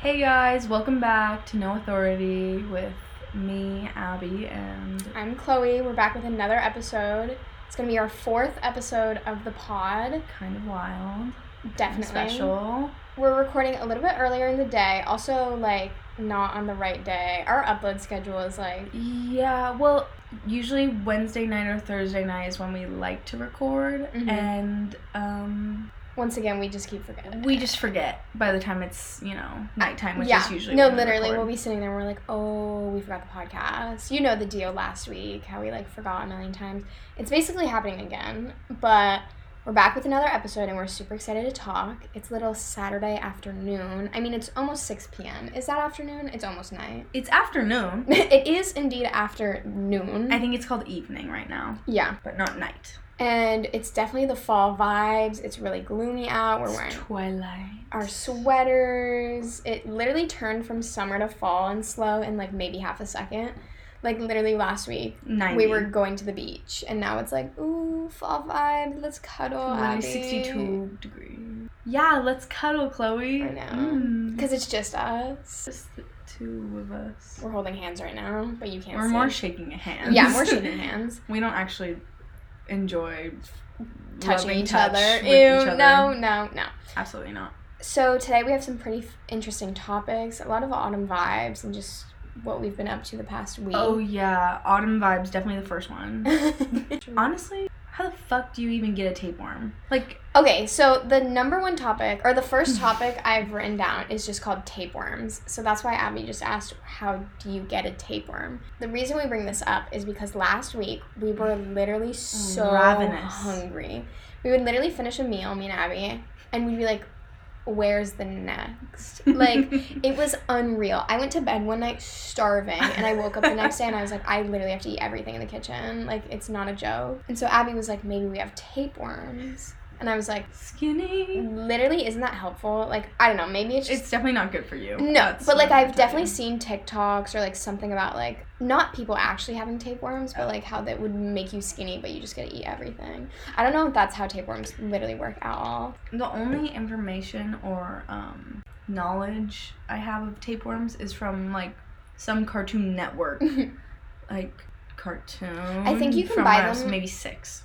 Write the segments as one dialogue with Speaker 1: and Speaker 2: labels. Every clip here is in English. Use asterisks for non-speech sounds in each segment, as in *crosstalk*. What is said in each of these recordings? Speaker 1: Hey guys, welcome back to No Authority with me, Abby, and
Speaker 2: I'm Chloe. We're back with another episode. It's gonna be our fourth episode of the pod.
Speaker 1: kind of wild. and
Speaker 2: Definitely.
Speaker 1: Special.
Speaker 2: We're recording a little bit earlier in the day. Also, like not on the right day. Our upload schedule is like
Speaker 1: Yeah, well, usually Wednesday night or Thursday night is when we like to record,
Speaker 2: Mhm.
Speaker 1: and um,
Speaker 2: once again we just keep forgetting.
Speaker 1: we just forget by the time it's, you know, nighttime, which
Speaker 2: yeah.
Speaker 1: is usually.
Speaker 2: no,
Speaker 1: when we
Speaker 2: literally,
Speaker 1: record.
Speaker 2: we'll be sitting there. and We're like, oh, we forgot the podcast. You know the deal last week. How we like forgot a million times. It's basically happening again, but. We're back with another episode and we're super excited to talk. It's little Saturday afternoon. I mean, it's almost 6 p.m. Is that afternoon? It's almost night. *laughs*
Speaker 1: It's afternoon.
Speaker 2: it is indeed after noon.
Speaker 1: I think it's called evening right now,
Speaker 2: yeah.
Speaker 1: but not night.
Speaker 2: And it's definitely the fall vibes. It's really gloomy out. We're wearing
Speaker 1: It's twilight.
Speaker 2: our sweaters. It literally turned from summer to fall and slow in like maybe half a second. Like literally last week,
Speaker 1: 90.
Speaker 2: we were going to the beach, and now it's like, ooh, fall vibe. Let's cuddle.
Speaker 1: Literally
Speaker 2: Abby.
Speaker 1: 62 degrees. Yeah, let's cuddle, Chloe.
Speaker 2: I know.
Speaker 1: Mm.
Speaker 2: Because it's just us.
Speaker 1: Just the two of us.
Speaker 2: We're holding hands right now, but you can't.
Speaker 1: We're
Speaker 2: see.
Speaker 1: more shaking hands.
Speaker 2: *laughs*
Speaker 1: *laughs*
Speaker 2: Yeah, we're shaking hands.
Speaker 1: we don't actually enjoy
Speaker 2: Touching
Speaker 1: loving
Speaker 2: each
Speaker 1: touch
Speaker 2: other.
Speaker 1: with
Speaker 2: Ew,
Speaker 1: each other.
Speaker 2: no, no, no.
Speaker 1: absolutely not.
Speaker 2: So today we have some pretty f- interesting topics, a lot of autumn vibes, and just what we've been up to the past week.
Speaker 1: Oh
Speaker 2: *laughs*
Speaker 1: yeah, autumn vibes definitely the first one. Honestly, how the fuck do you even get a tapeworm? Like,
Speaker 2: okay, so the number one topic, or the first topic I've written down, is just called tapeworms. So that's why Abby just asked, How do you get a tapeworm? The reason we bring this up is because last week we were literally so
Speaker 1: Ravenous.
Speaker 2: hungry. We would literally finish a meal, me and Abby, and we'd be like, Where's the next? Like, It was unreal. I went to bed one night starving, and I woke up the next day and I was like, I literally have to eat everything in the kitchen. Like, it's not a joke. And so Abby was like, maybe we have tapeworms. And I was like,
Speaker 1: *laughs* skinny.
Speaker 2: literally, isn't that helpful? Like, I don't know. Maybe it's just.
Speaker 1: It's definitely not good for you.
Speaker 2: no,
Speaker 1: That's
Speaker 2: but like
Speaker 1: what I'm
Speaker 2: I've definitely
Speaker 1: telling
Speaker 2: seen TikToks or like something about like not people actually having tapeworms, but like how that would make you skinny, but you just gotta eat everything. I don't know if that's how tapeworms literally work at all.
Speaker 1: you. the only information or um, knowledge I have of tapeworms is from like some Cartoon
Speaker 2: *laughs*
Speaker 1: Network like cartoon.
Speaker 2: I think you can
Speaker 1: from
Speaker 2: buy
Speaker 1: when I was
Speaker 2: them-
Speaker 1: maybe six.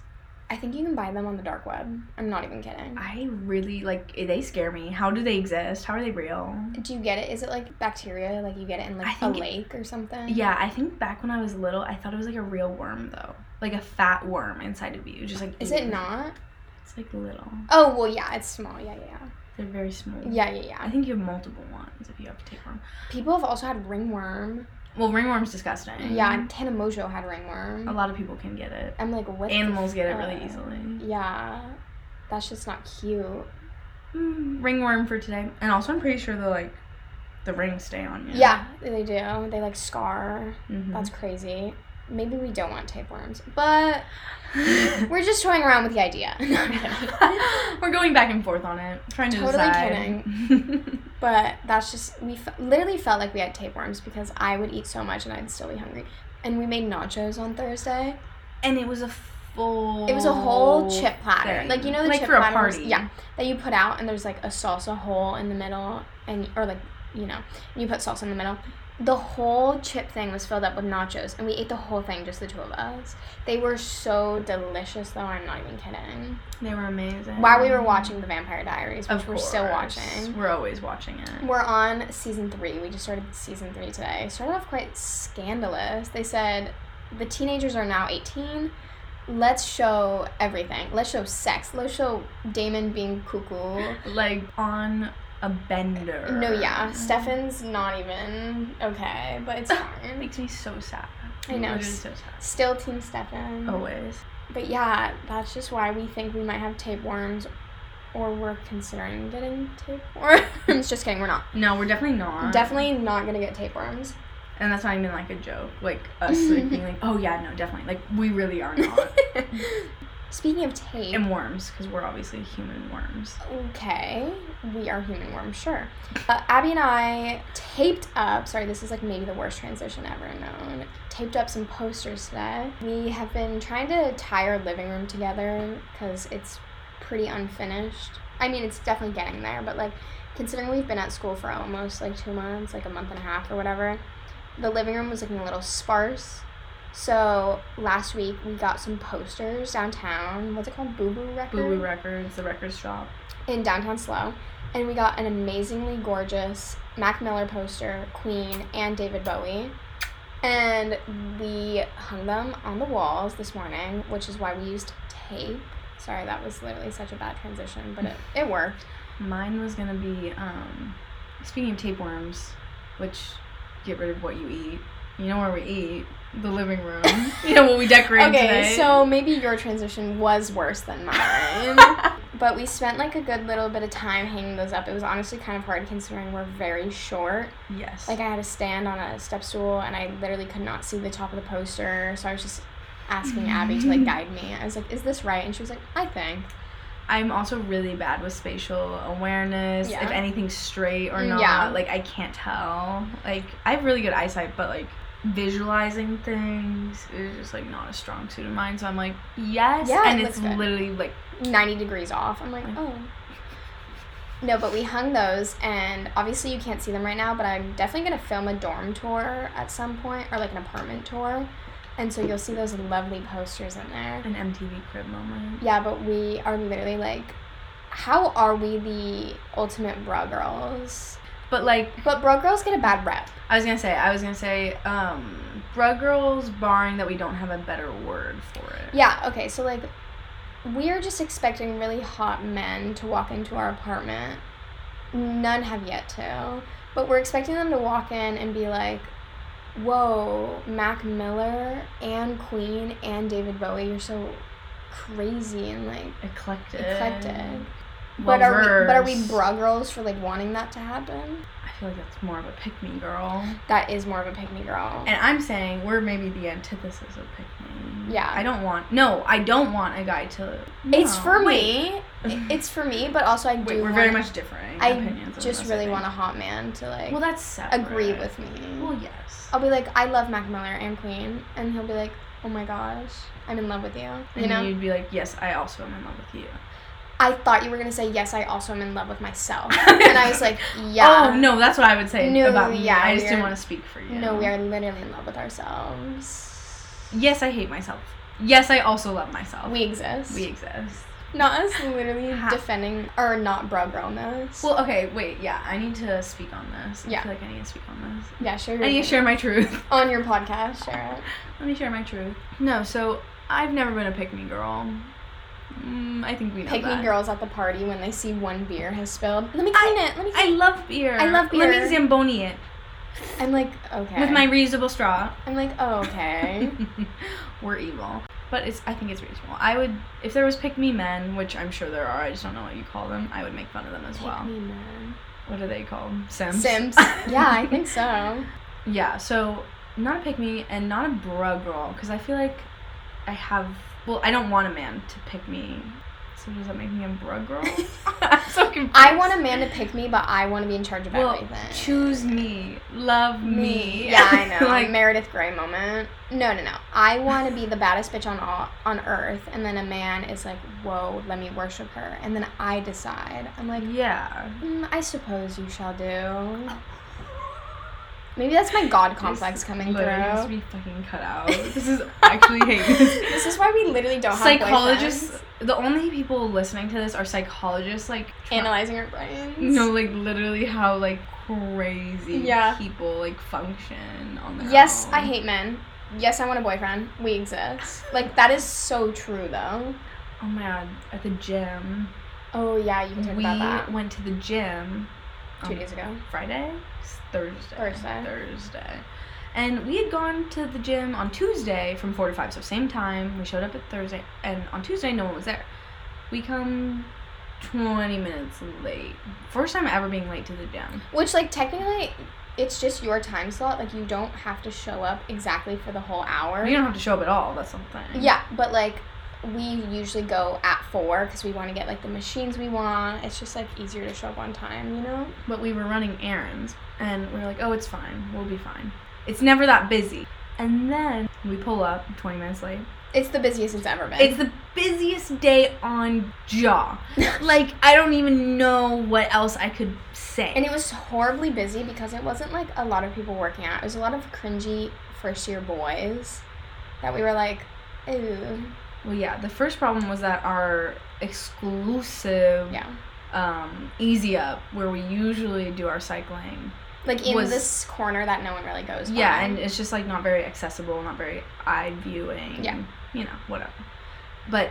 Speaker 2: I think you can buy them on the dark web. I'm not even kidding.
Speaker 1: I really like they scare me. How do they exist? How are they real?
Speaker 2: Do you get it? Is it like bacteria? Like you get it in
Speaker 1: I
Speaker 2: like a
Speaker 1: think it-
Speaker 2: lake or something?
Speaker 1: Yeah, I think back when I was little, I thought it was like a real worm though, like a fat worm inside of you, just like.
Speaker 2: Is
Speaker 1: eating.
Speaker 2: it not?
Speaker 1: It's like little.
Speaker 2: Oh well, yeah, it's small. Yeah, yeah,
Speaker 1: They're very small.
Speaker 2: yeah, yeah, yeah.
Speaker 1: I
Speaker 2: yeah.
Speaker 1: think you have multiple ones if you have tapeworm.
Speaker 2: People have also had ringworm.
Speaker 1: Well, ringworm's disgusting.
Speaker 2: Yeah, Tana Mojo had
Speaker 1: Mm-hmm. A
Speaker 2: ringworm.
Speaker 1: lot of people can get it.
Speaker 2: I'm like, what? the
Speaker 1: Animals get it really
Speaker 2: fuck?
Speaker 1: easily.
Speaker 2: Yeah, that's just not cute. Uh,
Speaker 1: Mm, ringworm for today, and also I'm pretty sure the like, the rings stay on you.
Speaker 2: Yeah, they do. They like scar.
Speaker 1: Mhm.
Speaker 2: That's crazy. Maybe we don't want tapeworms, but we're just toying around with the idea. *laughs* No, I'm
Speaker 1: *laughs*
Speaker 2: kidding.
Speaker 1: We're going back and forth on it, trying to
Speaker 2: Totally
Speaker 1: decide. kidding.
Speaker 2: But that's just we f- literally felt like we had tapeworms because I would eat so much and I'd still be hungry. And we made nachos on Thursday.
Speaker 1: *laughs* and it was a full.
Speaker 2: It was a whole chip platter,
Speaker 1: thing.
Speaker 2: like you know the
Speaker 1: Oh, Like
Speaker 2: chip
Speaker 1: for a
Speaker 2: platters,
Speaker 1: party.
Speaker 2: yeah, that you put out, and there's like a salsa hole in the middle, and or like you know you put salsa in the middle. The whole chip thing was filled up with nachos, and we ate the whole thing, just the two of us. They were so delicious, though. I'm not even kidding.
Speaker 1: They were amazing.
Speaker 2: While we were watching The Vampire Diaries, which
Speaker 1: of
Speaker 2: we're still
Speaker 1: course.
Speaker 2: watching,
Speaker 1: We're always watching it.
Speaker 2: We're on season three. We just started season three today. It Started off quite scandalous. They said the teenagers are now 18. Let's show everything. Let's show sex. Let's show Damon being cuckoo.
Speaker 1: Like on a bender.
Speaker 2: No, yeah. Stefan's not even okay, but it's
Speaker 1: It
Speaker 2: fine.
Speaker 1: makes me so sad.
Speaker 2: I know.
Speaker 1: Literally so sad.
Speaker 2: Still Team Stefan.
Speaker 1: Always.
Speaker 2: But yeah, that's just why we think we might have tapeworms or we're considering getting tapeworms. *laughs* just kidding, we're not.
Speaker 1: No, we're definitely not.
Speaker 2: Definitely not gonna get tapeworms. *laughs*
Speaker 1: And that's not even like a joke. Like us like, being like, oh yeah, no, definitely. Like we really are
Speaker 2: *laughs*
Speaker 1: not.
Speaker 2: Speaking of tape,
Speaker 1: and worms, because we're obviously human worms.
Speaker 2: okay, we are human worms, sure. Uh, Abby and I taped up, sorry, this is like maybe the worst transition ever known, taped up some posters today. We have been trying to tie our living room together because it's pretty unfinished. I mean, it's definitely getting there, but like considering we've been at school for almost like two months, like a month and a half or whatever, the living room was looking a little sparse. So last week we got some posters downtown. What's it called? Boo Boo Record?
Speaker 1: Boo Boo Records, the record shop.
Speaker 2: in downtown Slow, and we got an amazingly gorgeous Mac Miller poster, Queen, and David Bowie. And we hung them on the walls this morning, which is why we used tape. Sorry, that was literally such a bad transition, but it, it worked.
Speaker 1: Mine was gonna be um, speaking of tapeworms, which get rid of what you eat. You know where we eat the living
Speaker 2: *laughs*
Speaker 1: room. *laughs* you know what we decorated
Speaker 2: Okay,
Speaker 1: today.
Speaker 2: so maybe your transition was worse than mine. but we spent like a good little bit of time hanging those up. It was honestly kind of hard considering we're very short.
Speaker 1: yes.
Speaker 2: Like I had to stand on a step stool and I literally could not see the top of the poster, so I was just asking Abby to like guide me. I was like, "Is this right?" And she was like, "I think."
Speaker 1: I'm also really bad with spatial awareness.
Speaker 2: Yeah.
Speaker 1: If anything's straight or
Speaker 2: Mm,
Speaker 1: not,
Speaker 2: yeah.
Speaker 1: like I can't tell. Like I have really good eyesight, but like visualizing things is just like not a strong suit of mine. So I'm like, yes,
Speaker 2: Yeah,
Speaker 1: and
Speaker 2: it
Speaker 1: it's
Speaker 2: looks good.
Speaker 1: literally like
Speaker 2: Ninety degrees off. I'm like, "Oh." No, but we hung those, and obviously you can't see them right now. But I'm definitely gonna film a dorm tour at some point, or like an apartment tour, and so you'll see those lovely posters in there.
Speaker 1: an MTV crib moment.
Speaker 2: Yeah, but we are literally like, how are we the ultimate bra girls?
Speaker 1: But like
Speaker 2: But bra girls get a bad rep.
Speaker 1: I was gonna say, I was gonna say, um, Brug Girls, barring that we don't have a better word for it.
Speaker 2: Yeah, okay, so like we're just expecting really hot men to walk into our apartment. None have yet to. But we're expecting them to walk in and be like, Whoa, Mac Miller and Queen and David Bowie, you're so crazy and like
Speaker 1: Eclectic.
Speaker 2: eclectic.
Speaker 1: Well,
Speaker 2: but are we but are we
Speaker 1: versed.
Speaker 2: bra girls for like wanting that to happen?
Speaker 1: I feel like that's more of a pick me girl.
Speaker 2: That is more of a pick me girl.
Speaker 1: And I'm saying we're maybe the antithesis of pick me.
Speaker 2: Yeah.
Speaker 1: I don't want, no, I don't want a guy to.
Speaker 2: it's
Speaker 1: No,
Speaker 2: for
Speaker 1: wait.
Speaker 2: me. It's for me, but also I do
Speaker 1: *laughs* Wait, we're very
Speaker 2: wanna-
Speaker 1: much differing. in
Speaker 2: I
Speaker 1: opinions on
Speaker 2: just
Speaker 1: this, I
Speaker 2: really
Speaker 1: think.
Speaker 2: want a hot man to like
Speaker 1: Well, that's separate.
Speaker 2: agree with Oh, me.
Speaker 1: Well, yes.
Speaker 2: I'll be like, I love Mac Miller and Queen, and he'll be like, Oh my gosh, I'm in love with you. You
Speaker 1: and
Speaker 2: know,
Speaker 1: you'd be like, yes, I also am in love with you.
Speaker 2: I thought you were gonna say yes. I also am in love
Speaker 1: *laughs*
Speaker 2: with myself, and I was like, Yeah.
Speaker 1: Oh no, that's what I would say
Speaker 2: No,
Speaker 1: about me.
Speaker 2: yeah,
Speaker 1: I just
Speaker 2: we
Speaker 1: didn't
Speaker 2: are-
Speaker 1: want to speak for you.
Speaker 2: No, we are literally in love with ourselves.
Speaker 1: Yes, I hate myself. Yes, I also love myself.
Speaker 2: We exist.
Speaker 1: we exist.
Speaker 2: not us literally
Speaker 1: Ha-
Speaker 2: defending or not bro girlness.
Speaker 1: Well, okay, wait, yeah, I need to speak on this.
Speaker 2: Yeah.
Speaker 1: I feel like I need to speak on this.
Speaker 2: yeah, sure.
Speaker 1: I need to share my truth.
Speaker 2: on your podcast, share it.
Speaker 1: Let me share my truth. No, so I've never been a pick me girl. Mm, I think we know
Speaker 2: Pick me
Speaker 1: that.
Speaker 2: girls at the party when they see one beer has spilled. Let me clean it. Let me.
Speaker 1: I
Speaker 2: Clean
Speaker 1: love beer.
Speaker 2: I love
Speaker 1: Let
Speaker 2: beer.
Speaker 1: me Zamboni it
Speaker 2: it. I'm like okay.
Speaker 1: with my reusable straw.
Speaker 2: I'm like oh, okay.
Speaker 1: *laughs* We're evil. But it's I think it's reasonable. I would if there was pick me men, which I'm sure there are, I just don't know what you call them, I would make fun of them as
Speaker 2: Pick
Speaker 1: well.
Speaker 2: me, man.
Speaker 1: What are they called? Sims. *laughs*
Speaker 2: Sims. yeah, I think so.
Speaker 1: Yeah, so not a pick me and not a bro girl because I feel like I have. Well, I don't want a man to pick me. So does that make me a bro
Speaker 2: *laughs*
Speaker 1: girl? *laughs* I'm so confused.
Speaker 2: I want a man to pick me, but I want to be in charge of
Speaker 1: Well,
Speaker 2: everything.
Speaker 1: choose me, love me.
Speaker 2: *laughs* Yeah,
Speaker 1: *laughs*
Speaker 2: I know.
Speaker 1: like,
Speaker 2: Meredith Grey moment. No, no, no. I want to be the baddest bitch on all on earth, and then a man is like, "Whoa, let me worship her," and then I decide. I'm like,
Speaker 1: yeah.
Speaker 2: mm, "I suppose you shall do." Maybe that's my god complex coming
Speaker 1: Literally has to
Speaker 2: through.
Speaker 1: be fucking cut
Speaker 2: *laughs*
Speaker 1: out. This is actually *laughs* hate.
Speaker 2: This is why we literally don't have
Speaker 1: Psychologists.
Speaker 2: boyfriends.
Speaker 1: The only people listening to this are psychologists. Like *laughs* try-
Speaker 2: analyzing our brains.
Speaker 1: No, like literally how like crazy
Speaker 2: Yeah.
Speaker 1: people like function on their
Speaker 2: Yes,
Speaker 1: own.
Speaker 2: I hate men. Yes, I want a boyfriend. We exist. Like that is so true though.
Speaker 1: Oh my god, at the gym.
Speaker 2: Oh yeah, you can talk
Speaker 1: We um,
Speaker 2: about that.
Speaker 1: went to the gym
Speaker 2: Two
Speaker 1: on
Speaker 2: days ago.
Speaker 1: Friday? S- Thursday.
Speaker 2: Thursday.
Speaker 1: Thursday. And we had gone to the gym on Tuesday from 4 to 5, so same time. We showed up at Thursday, and on Tuesday, no one was there. We come 20 minutes late. First time ever being late to the gym.
Speaker 2: Which like technically it's just your time slot. Like you don't have to show up exactly for the whole hour.
Speaker 1: You don't have to show up at all, that's something.
Speaker 2: Yeah, but like we usually go at four because we want to get like the machines we want. It's just like easier to show up on time, you know?
Speaker 1: But we were running errands, and we are like, oh, it's fine. We'll be fine. It's never that busy. And then we pull up 20 minutes late,
Speaker 2: It's the busiest it's ever been.
Speaker 1: It's the busiest day on
Speaker 2: *laughs*
Speaker 1: jaw. like I don't even know what else I could say.
Speaker 2: and it was horribly busy because it wasn't like a lot of people working out. It was a lot of cringy first year boys that we were like, ooh,
Speaker 1: well, yeah. The first problem was that our exclusive
Speaker 2: yeah.
Speaker 1: um, easy up, where we usually do our cycling,
Speaker 2: Like in
Speaker 1: Was-
Speaker 2: this corner that no one really goes.
Speaker 1: yeah,
Speaker 2: by.
Speaker 1: and it's just like not very accessible, not very eye viewing.
Speaker 2: Yeah.
Speaker 1: you know whatever. But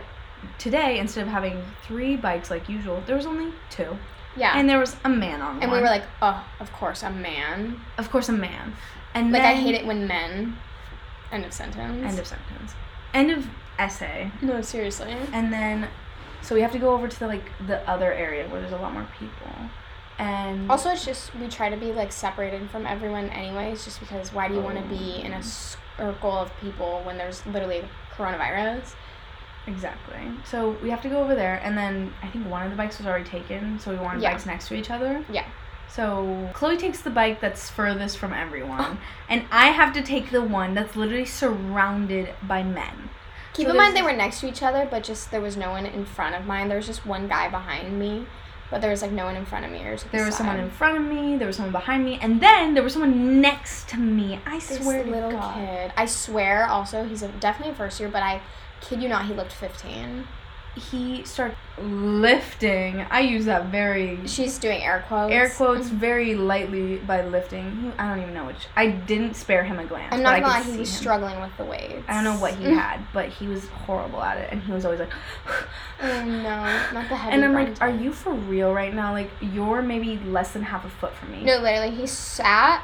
Speaker 1: today, instead of having three bikes like usual, there was only two,
Speaker 2: yeah.
Speaker 1: and there was a man on
Speaker 2: And
Speaker 1: one.
Speaker 2: we were like, oh, of course, a man.
Speaker 1: of course, a man. And
Speaker 2: Like, I
Speaker 1: then-
Speaker 2: hate it when men. End of sentence.
Speaker 1: End of sentence. End of essay.
Speaker 2: No, seriously.
Speaker 1: And then, so we have to go over to the like the other area where there's a lot more people. And
Speaker 2: Also, it's just we try to be like separated from everyone, anyways, just because why do you want to be in a circle of people when there's literally coronavirus?
Speaker 1: exactly. So we have to go over there. And then I think one of the bikes was already taken, so we wanted
Speaker 2: Yeah.
Speaker 1: bikes next to each other.
Speaker 2: Yeah.
Speaker 1: So Chloe takes the bike that's furthest from
Speaker 2: *laughs*
Speaker 1: everyone, and I have to take the one that's literally surrounded by men.
Speaker 2: Keep
Speaker 1: So
Speaker 2: in mind they
Speaker 1: there's-
Speaker 2: were next to each other, but just there was no one in front of mine. There was just one guy behind me, but there was like no one in front of me. Or to the
Speaker 1: There was someone
Speaker 2: side.
Speaker 1: in front of me. There was someone behind me, and then there was someone next to me. I
Speaker 2: This
Speaker 1: swear to
Speaker 2: little
Speaker 1: God.
Speaker 2: kid. I swear. Also, he's a, definitely a first year, but I kid you not, he looked fifteen.
Speaker 1: he starts lifting. I use that very
Speaker 2: She's doing air quotes.
Speaker 1: air quotes very lightly by lifting. He- I don't even know which. I didn't spare him a glance.
Speaker 2: *laughs* I'm not
Speaker 1: but
Speaker 2: gonna
Speaker 1: I
Speaker 2: lie,
Speaker 1: could
Speaker 2: he was
Speaker 1: see him.
Speaker 2: struggling with the weights.
Speaker 1: I don't know
Speaker 2: *laughs*
Speaker 1: what
Speaker 2: Mm.
Speaker 1: he had, but he was horrible at it, and he was always like. *sighs*
Speaker 2: Oh no, not the heavy.
Speaker 1: and I'm
Speaker 2: brunt.
Speaker 1: like, are you for real right now? Like, you're maybe less than half a foot from me.
Speaker 2: No, literally, he sat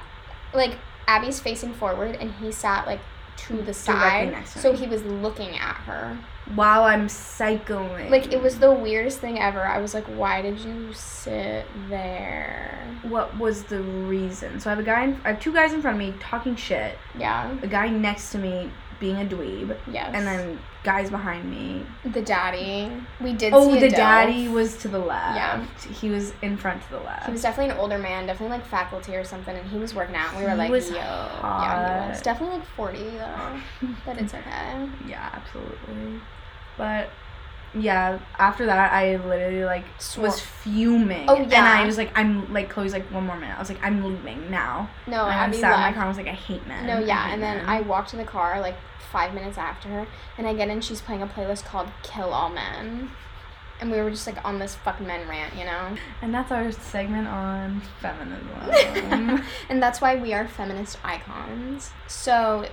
Speaker 2: like Abby's facing forward, and he sat like to the side,
Speaker 1: next to
Speaker 2: so
Speaker 1: me.
Speaker 2: he was looking at her.
Speaker 1: While I'm cycling.
Speaker 2: Like it was the weirdest thing ever. I was like, why did you sit there?
Speaker 1: What was the reason? So I have a guy. In, I have two guys in front of me talking shit.
Speaker 2: Yeah.
Speaker 1: A guy next to me being a dweeb,
Speaker 2: Yes.
Speaker 1: and then guys behind me
Speaker 2: the daddy. We did.
Speaker 1: Oh,
Speaker 2: see a
Speaker 1: the
Speaker 2: doe.
Speaker 1: daddy was to the left. He was in front to the left.
Speaker 2: He was definitely an older man, definitely like faculty or something, and he was working out. And we were
Speaker 1: He
Speaker 2: like,
Speaker 1: was
Speaker 2: yo, yeah, he was
Speaker 1: hot.
Speaker 2: definitely like forty
Speaker 1: *laughs*
Speaker 2: though, but it's okay.
Speaker 1: yeah, absolutely. But yeah, after that, I literally like
Speaker 2: Swore.
Speaker 1: was fuming.
Speaker 2: Oh,
Speaker 1: And
Speaker 2: yeah.
Speaker 1: I was like, I'm like Chloe's like one more minute. I was like, I'm leaving now.
Speaker 2: No,
Speaker 1: and I
Speaker 2: Oh, Abby
Speaker 1: sat in my
Speaker 2: left.
Speaker 1: car. and was like, I hate men.
Speaker 2: No,
Speaker 1: I
Speaker 2: yeah,
Speaker 1: hate
Speaker 2: and then
Speaker 1: men."
Speaker 2: I walked to the car like five minutes after her, and I get in. She's playing a playlist called "Kill All Men," and we were just like on this fucking men rant, you know.
Speaker 1: and that's our segment on
Speaker 2: *laughs*
Speaker 1: feminism.
Speaker 2: and that's why we are feminist icons. So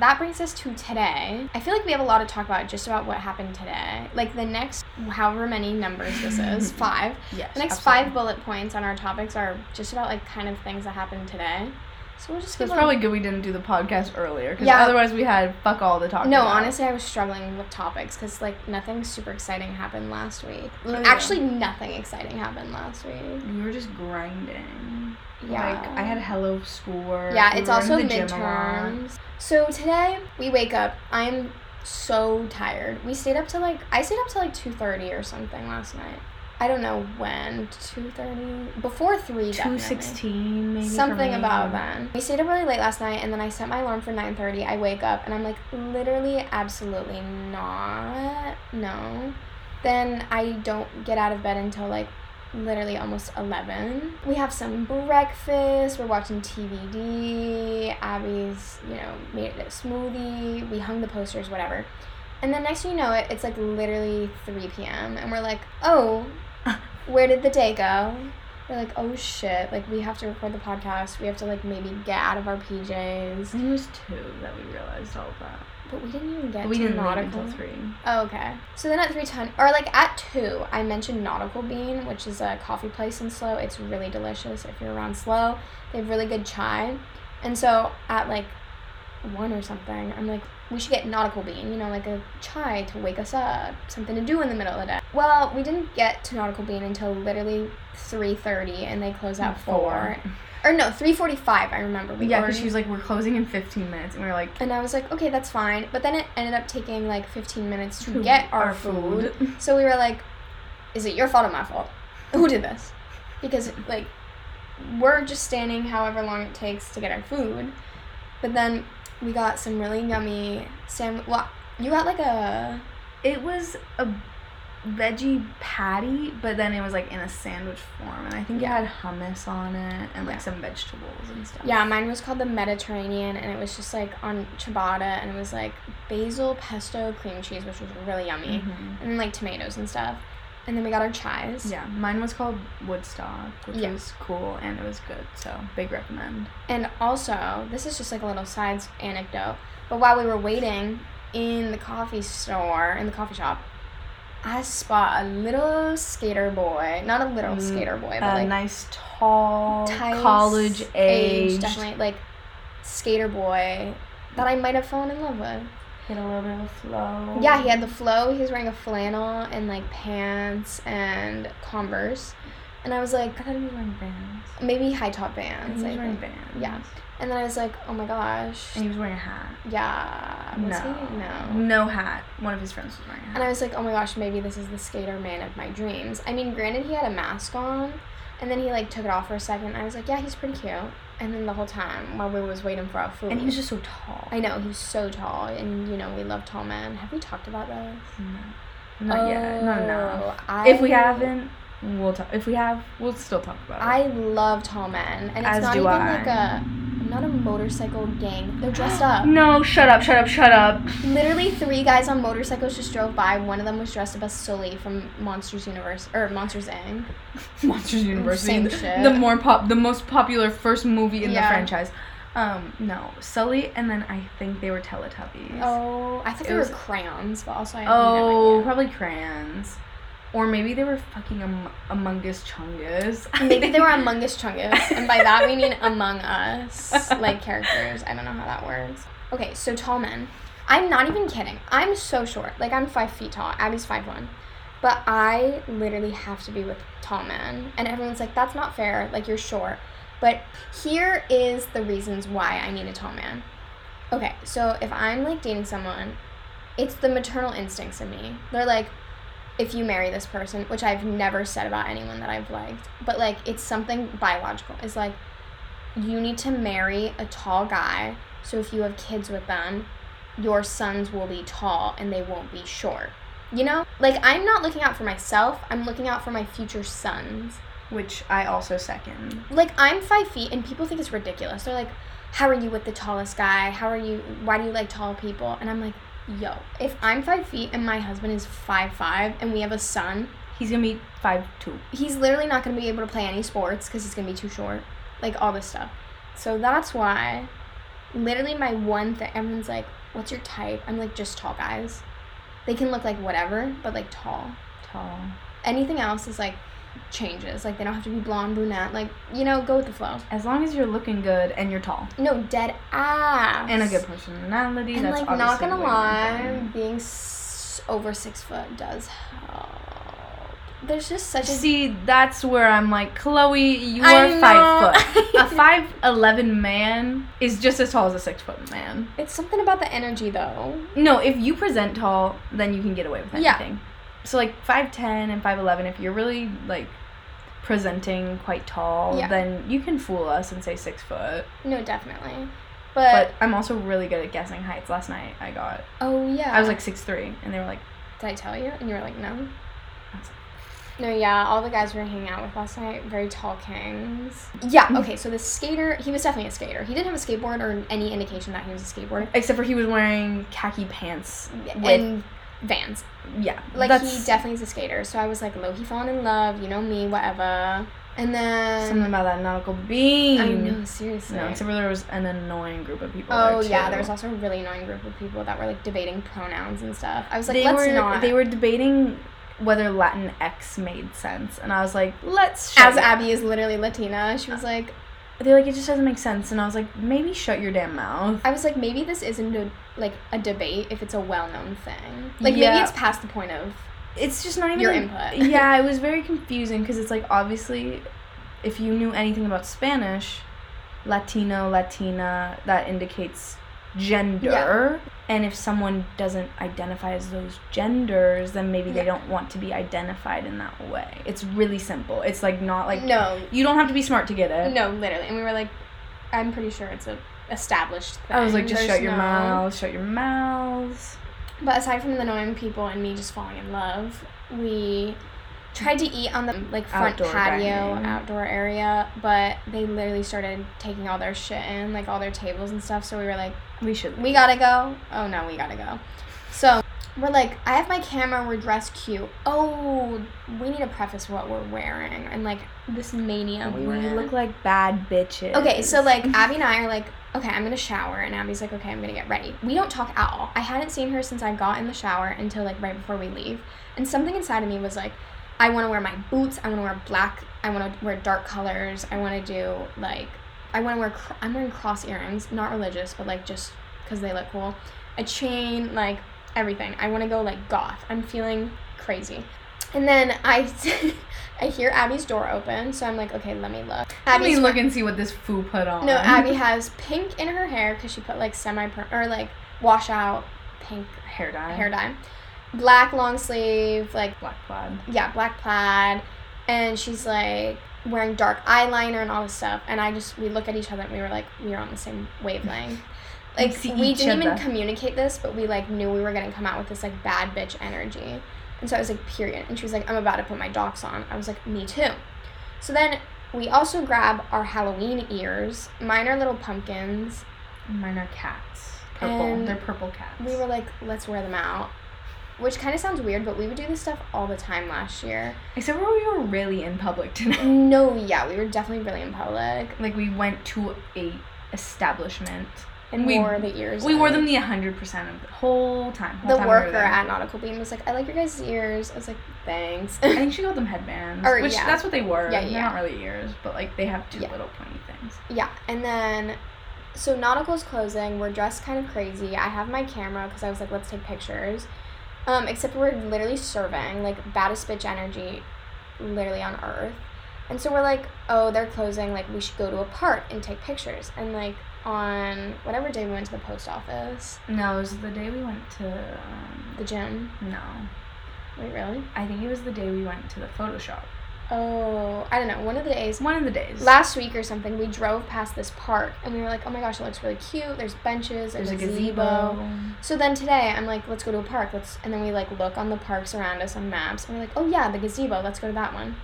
Speaker 2: that brings us to today. I feel like we have a lot to talk about just about what happened today. Like the next, however many numbers this
Speaker 1: *laughs*
Speaker 2: is, five.
Speaker 1: yes.
Speaker 2: The next
Speaker 1: absolutely.
Speaker 2: five bullet points on our topics are just about like kind of things that happened today. So we'll just
Speaker 1: So
Speaker 2: give
Speaker 1: it's
Speaker 2: a-
Speaker 1: probably good we didn't do the podcast earlier because
Speaker 2: Yeah.
Speaker 1: otherwise we had fuck all the talk.
Speaker 2: No,
Speaker 1: about.
Speaker 2: honestly, I was struggling with topics because like nothing super exciting happened last week.
Speaker 1: Oh, yeah.
Speaker 2: Actually, nothing exciting happened last week.
Speaker 1: we were just grinding.
Speaker 2: Yeah,
Speaker 1: Like I had hello schoolwork.
Speaker 2: Yeah,
Speaker 1: we
Speaker 2: it's
Speaker 1: were in
Speaker 2: also
Speaker 1: the gym a lot.
Speaker 2: midterms. So today we wake up. I'm so tired. We stayed up till like I stayed up till like two thirty or something last night. I don't know when two thirty before three.
Speaker 1: Two
Speaker 2: definitely.
Speaker 1: sixteen, maybe. for
Speaker 2: Something
Speaker 1: me.
Speaker 2: about then. We stayed up really late last night, and then I set my alarm for nine thirty. I wake up, and I'm like, literally, absolutely not. No. Then I don't get out of bed until like literally almost eleven. We have some breakfast. We're watching TVD. Abby's, you know, made a smoothie. We hung the posters, whatever. And then next thing you know it, it's like literally 3 p.m. And we're like, oh, where did the day go? We're like, oh shit, like we have to record the podcast. We have to like maybe get out of our PJs.
Speaker 1: I think it was two that we realized all of that.
Speaker 2: But we didn't even get
Speaker 1: But we
Speaker 2: to
Speaker 1: didn't leave
Speaker 2: nautical.
Speaker 1: until three.
Speaker 2: Oh, okay. So then at 310, or like at 2, I mentioned Nautical Bean, which is a coffee place in Slow. It's really delicious if you're around Slow. They have really good chai. And so at like 1 or something, I'm like, we should get Nautical Bean, you know, like a chai to wake us up, something to do in the middle of the day. Well, we didn't get to Nautical Bean until literally 3.30 and they close at 4. Or no, 3.45, I remember. We
Speaker 1: Yeah,
Speaker 2: ordered-
Speaker 1: because she was like, "We're closing in fifteen minutes," and we were like,
Speaker 2: and I was like, okay, that's fine. But then it ended up taking like 15 minutes to get our, food. So we were like, is it your fault or my fault? Who did this? Because, like, we're just standing however long it takes to get our food. But then we got some really yummy sandwich. Well, You got like a
Speaker 1: It was a veggie patty, but then it was like in a sandwich form, and I think
Speaker 2: Yeah.
Speaker 1: it had hummus on it and like
Speaker 2: Yeah.
Speaker 1: some vegetables and stuff.
Speaker 2: yeah. Mine was called the Mediterranean, and it was just like on ciabatta, and it was like basil, pesto, cream cheese, which was really yummy,
Speaker 1: Mhm.
Speaker 2: and like tomatoes and stuff. And then we got our chives.
Speaker 1: Yeah, mine was called Woodstock, which
Speaker 2: Yeah.
Speaker 1: was cool and it was good. So big recommend.
Speaker 2: And also, this is just like a little side anecdote, but while we were waiting in the coffee store, in the coffee shop, I spot a little skater boy. Not a little
Speaker 1: Mm,
Speaker 2: skater boy, but
Speaker 1: a
Speaker 2: like
Speaker 1: nice tall
Speaker 2: tight
Speaker 1: college age.
Speaker 2: definitely like skater boy that I might have fallen in love with.
Speaker 1: Hit a little bit of a flow.
Speaker 2: Yeah, he had the flow. He was wearing a flannel and like pants and Converse, and I was like,
Speaker 1: I thought he was wearing bands.
Speaker 2: maybe high top
Speaker 1: I think
Speaker 2: bands.
Speaker 1: he was
Speaker 2: I
Speaker 1: wearing
Speaker 2: think.
Speaker 1: bands.
Speaker 2: Yeah. And then I was like, oh my gosh,
Speaker 1: And he was wearing a hat.
Speaker 2: yeah, was
Speaker 1: no.
Speaker 2: he? No.
Speaker 1: No hat. One of his friends was wearing a hat.
Speaker 2: Oh. And I was like, oh my gosh, maybe this is the skater man of my dreams. I mean, granted, he had a mask on, and then he like took it off for a second. and I was like, yeah, he's pretty cute. And then the whole time while we was waiting for our food,
Speaker 1: and he was just so tall.
Speaker 2: I know he was so tall, and you know we love tall men. Have we talked about this?
Speaker 1: No. Not yet. Not enough.
Speaker 2: Oh, I,
Speaker 1: If we haven't, we'll talk. If we have, we'll still talk about it.
Speaker 2: I love tall men, and it's
Speaker 1: As
Speaker 2: not
Speaker 1: do
Speaker 2: even
Speaker 1: I.
Speaker 2: like a not a motorcycle gang. They're dressed up.
Speaker 1: No, shut up, shut up, shut up.
Speaker 2: Literally, three guys on motorcycles just drove by. One of them was dressed up as Sully from Monsters Universe or Monsters Inc.
Speaker 1: Monsters University.
Speaker 2: Same
Speaker 1: the,
Speaker 2: shit.
Speaker 1: the more pop, the most popular first movie in
Speaker 2: Yeah.
Speaker 1: the franchise. Um, no, Sully, and then I think they were Teletubbies.
Speaker 2: Oh, I thought
Speaker 1: It
Speaker 2: they
Speaker 1: was-
Speaker 2: were crayons, but also I have
Speaker 1: Oh,
Speaker 2: no idea.
Speaker 1: probably crayons, or maybe they were fucking am- Among Us Chungus. *laughs* I
Speaker 2: Maybe
Speaker 1: think-
Speaker 2: they were Among Us Chungus, and by *laughs* that we mean Among Us, like characters. I don't know how that works. Okay, so tall men. I'm not even kidding. I'm so short. Like I'm five feet tall. Abby's five one, but I literally have to be with tall men, and everyone's like, "That's not fair. Like you're short." But here is the reasons why I need a tall man. Okay, so if I'm like dating someone, it's the maternal instincts in me. They're like, if you marry this person, which I've never said about anyone that I've liked, but like it's something biological. It's like you need to marry a tall guy, so if you have kids with them, your sons will be tall and they won't be short. You know? Like I'm not looking out for myself, I'm looking out for my future sons.
Speaker 1: Which I also second.
Speaker 2: Like I'm five feet and people think it's ridiculous. They're like, How are you with the tallest guy? How are you why do you like tall people? And I'm like, yo, if I'm five feet and my husband is five five and we have a son,
Speaker 1: He's gonna be five two.
Speaker 2: he's literally not going to be able to play any sports because he's going to be too short. Like all this stuff. So that's why, literally, my one thing everyone's like, "What's your type?" I'm like, just tall guys. They can look like whatever, but like tall.
Speaker 1: Tall.
Speaker 2: Anything else is like changes. Like they don't have to be blonde, brunette. Like you know, go with the flow.
Speaker 1: As long as you're looking good and you're tall
Speaker 2: No dead ass.
Speaker 1: and a good personality,
Speaker 2: And
Speaker 1: that's
Speaker 2: like, not
Speaker 1: obviously
Speaker 2: gonna
Speaker 1: way more
Speaker 2: lie,
Speaker 1: important.
Speaker 2: being s- over six foot does help. There's just such a
Speaker 1: See, that's where I'm like, Chloe, you
Speaker 2: I
Speaker 1: are five
Speaker 2: know. *laughs*
Speaker 1: foot. a five eleven man is just as tall as a six foot man.
Speaker 2: It's something about the energy though.
Speaker 1: No, if you present tall, then you can get away with
Speaker 2: Yeah.
Speaker 1: anything. So like five ten and five eleven, if you're really like presenting quite tall,
Speaker 2: Yeah.
Speaker 1: then you can fool us and say six foot.
Speaker 2: No, definitely.
Speaker 1: But
Speaker 2: But,
Speaker 1: I'm also really good at guessing heights. Last night I got
Speaker 2: oh yeah.
Speaker 1: I was like six three and they were like
Speaker 2: did I tell you? And you were like, no.
Speaker 1: I was like,
Speaker 2: No, yeah. All the guys we were hanging out with last night, very tall kings.
Speaker 1: Mm-hmm.
Speaker 2: Yeah. Okay. So the skater, he was definitely a skater. He didn't have a skateboard or any indication that he was a skateboarder.
Speaker 1: *laughs* Except for he was wearing khaki pants.
Speaker 2: And Vans,
Speaker 1: Yeah.
Speaker 2: like
Speaker 1: that's
Speaker 2: he definitely is a skater. So I was like, low key falling in love. You know me, whatever. And then
Speaker 1: something about that nautical beam.
Speaker 2: I know seriously.
Speaker 1: No, except for there was an annoying group of people.
Speaker 2: Oh
Speaker 1: there
Speaker 2: yeah,
Speaker 1: too.
Speaker 2: there was also a really annoying group of people that were like debating pronouns and stuff. I was like,
Speaker 1: they
Speaker 2: let's
Speaker 1: were
Speaker 2: not.
Speaker 1: they were debating whether Latin X made sense, and I was like, let's shut
Speaker 2: as
Speaker 1: your-
Speaker 2: Abby is literally Latina, she was like,
Speaker 1: They're like, it just doesn't make sense, and I was like, maybe shut your damn mouth.
Speaker 2: I was like, maybe this isn't a, like a debate if it's a well-known thing. Like
Speaker 1: Yeah.
Speaker 2: maybe it's past the point of
Speaker 1: It's just not even
Speaker 2: your
Speaker 1: a-
Speaker 2: input.
Speaker 1: *laughs* yeah, it was very confusing because it's like obviously, if you knew anything about Spanish, Latino, Latina, that indicates gender. And if someone doesn't identify as those genders, then maybe
Speaker 2: Yeah.
Speaker 1: they don't want to be identified in that way. It's really simple. It's like not like
Speaker 2: no,
Speaker 1: you don't have to be smart to get it.
Speaker 2: no, literally. And we were like, I'm pretty sure it's a established thing.
Speaker 1: I was like, just
Speaker 2: There's
Speaker 1: shut your
Speaker 2: no-
Speaker 1: mouth, shut your mouth.
Speaker 2: But aside from the knowing people and me just falling in love, we tried to eat on the like front
Speaker 1: Outdoor
Speaker 2: patio
Speaker 1: dining.
Speaker 2: outdoor area, but they literally started taking all their shit in, like all their tables and stuff. So we were like,
Speaker 1: We should.
Speaker 2: we gotta go. Oh no, we gotta go. So we're like, I have my camera. We're dressed cute. Oh, we need to preface what we're wearing and like this mania we, were
Speaker 1: we
Speaker 2: in.
Speaker 1: look like bad bitches.
Speaker 2: Okay, so like Abby and I are like, okay, I'm gonna shower, and Abby's like, okay, I'm gonna get ready. We don't talk at all. I hadn't seen her since I got in the shower until like right before we leave, and something inside of me was like, I want to wear my boots. I want to wear black. I want to wear dark colors. I want to do like, I want to wear. Cr- I'm wearing cross earrings, not religious, but like just because they look cool. A chain, like everything. I want to go like goth. I'm feeling crazy. And then I, *laughs* I hear Abby's door open, so I'm like, okay, let me look.
Speaker 1: let me
Speaker 2: Abby's
Speaker 1: look and see what this foo put on.
Speaker 2: no, Abby has pink in her hair because she put like semi per or like washout pink
Speaker 1: hair dye,
Speaker 2: hair dye, black long sleeve, like
Speaker 1: black plaid.
Speaker 2: yeah, black plaid, and she's like wearing dark eyeliner and all this stuff. And I just we look at each other and we were like we were on the same
Speaker 1: *laughs*
Speaker 2: wavelength.
Speaker 1: We
Speaker 2: Like
Speaker 1: see
Speaker 2: we
Speaker 1: each
Speaker 2: didn't even
Speaker 1: other.
Speaker 2: communicate this, but we like knew we were gonna come out with this like bad bitch energy. And so I was like, period. And she was like, I'm about to put my docs on. I was like, me too. So then we also grab our Halloween ears. Mine are little pumpkins.
Speaker 1: Mine are cats. Purple.
Speaker 2: And
Speaker 1: They're purple cats.
Speaker 2: We were like, let's wear them out. Which kind of sounds weird, but we would do this stuff all the time last year.
Speaker 1: Except for we were really in public tonight.
Speaker 2: No, yeah, we were definitely really in public.
Speaker 1: *laughs* Like we went to a establishment.
Speaker 2: And
Speaker 1: We-
Speaker 2: wore the ears.
Speaker 1: We wore them
Speaker 2: in.
Speaker 1: the hundred percent of the whole time. whole
Speaker 2: The
Speaker 1: time we were
Speaker 2: worker
Speaker 1: there.
Speaker 2: at Nautical Beam was like, I like your guys' ears. I was like, thanks. *laughs*
Speaker 1: I think she called them headbands,
Speaker 2: Or,
Speaker 1: which
Speaker 2: yeah.
Speaker 1: that's what they were.
Speaker 2: Yeah,
Speaker 1: They're
Speaker 2: yeah.
Speaker 1: not really ears, but like they have two
Speaker 2: Yeah.
Speaker 1: little pointy things.
Speaker 2: Yeah, and then so Nautical's closing. We're dressed kind of crazy. I have my camera because I was like, let's take pictures. Um, except we're literally serving like baddest bitch energy, literally on earth. And so we're like, oh, they're closing. Like we should go to a park and take pictures. And like on whatever day we went to the post office,
Speaker 1: No, it was the day we went to. Um,
Speaker 2: the gym.
Speaker 1: no,
Speaker 2: Wait, really?
Speaker 1: I think it was the day we went to the photo shop.
Speaker 2: Oh, I don't know. One of the days.
Speaker 1: It's one of the days.
Speaker 2: Last week or something, we drove past this park and we were like, oh my gosh, it looks really cute. There's benches.
Speaker 1: there's
Speaker 2: There's,
Speaker 1: a
Speaker 2: A gazebo.
Speaker 1: gazebo.
Speaker 2: So then today I'm like, let's go to a park. Let's and then we like look on the parks around us on maps and we're like, oh yeah, the gazebo. Let's go to that one.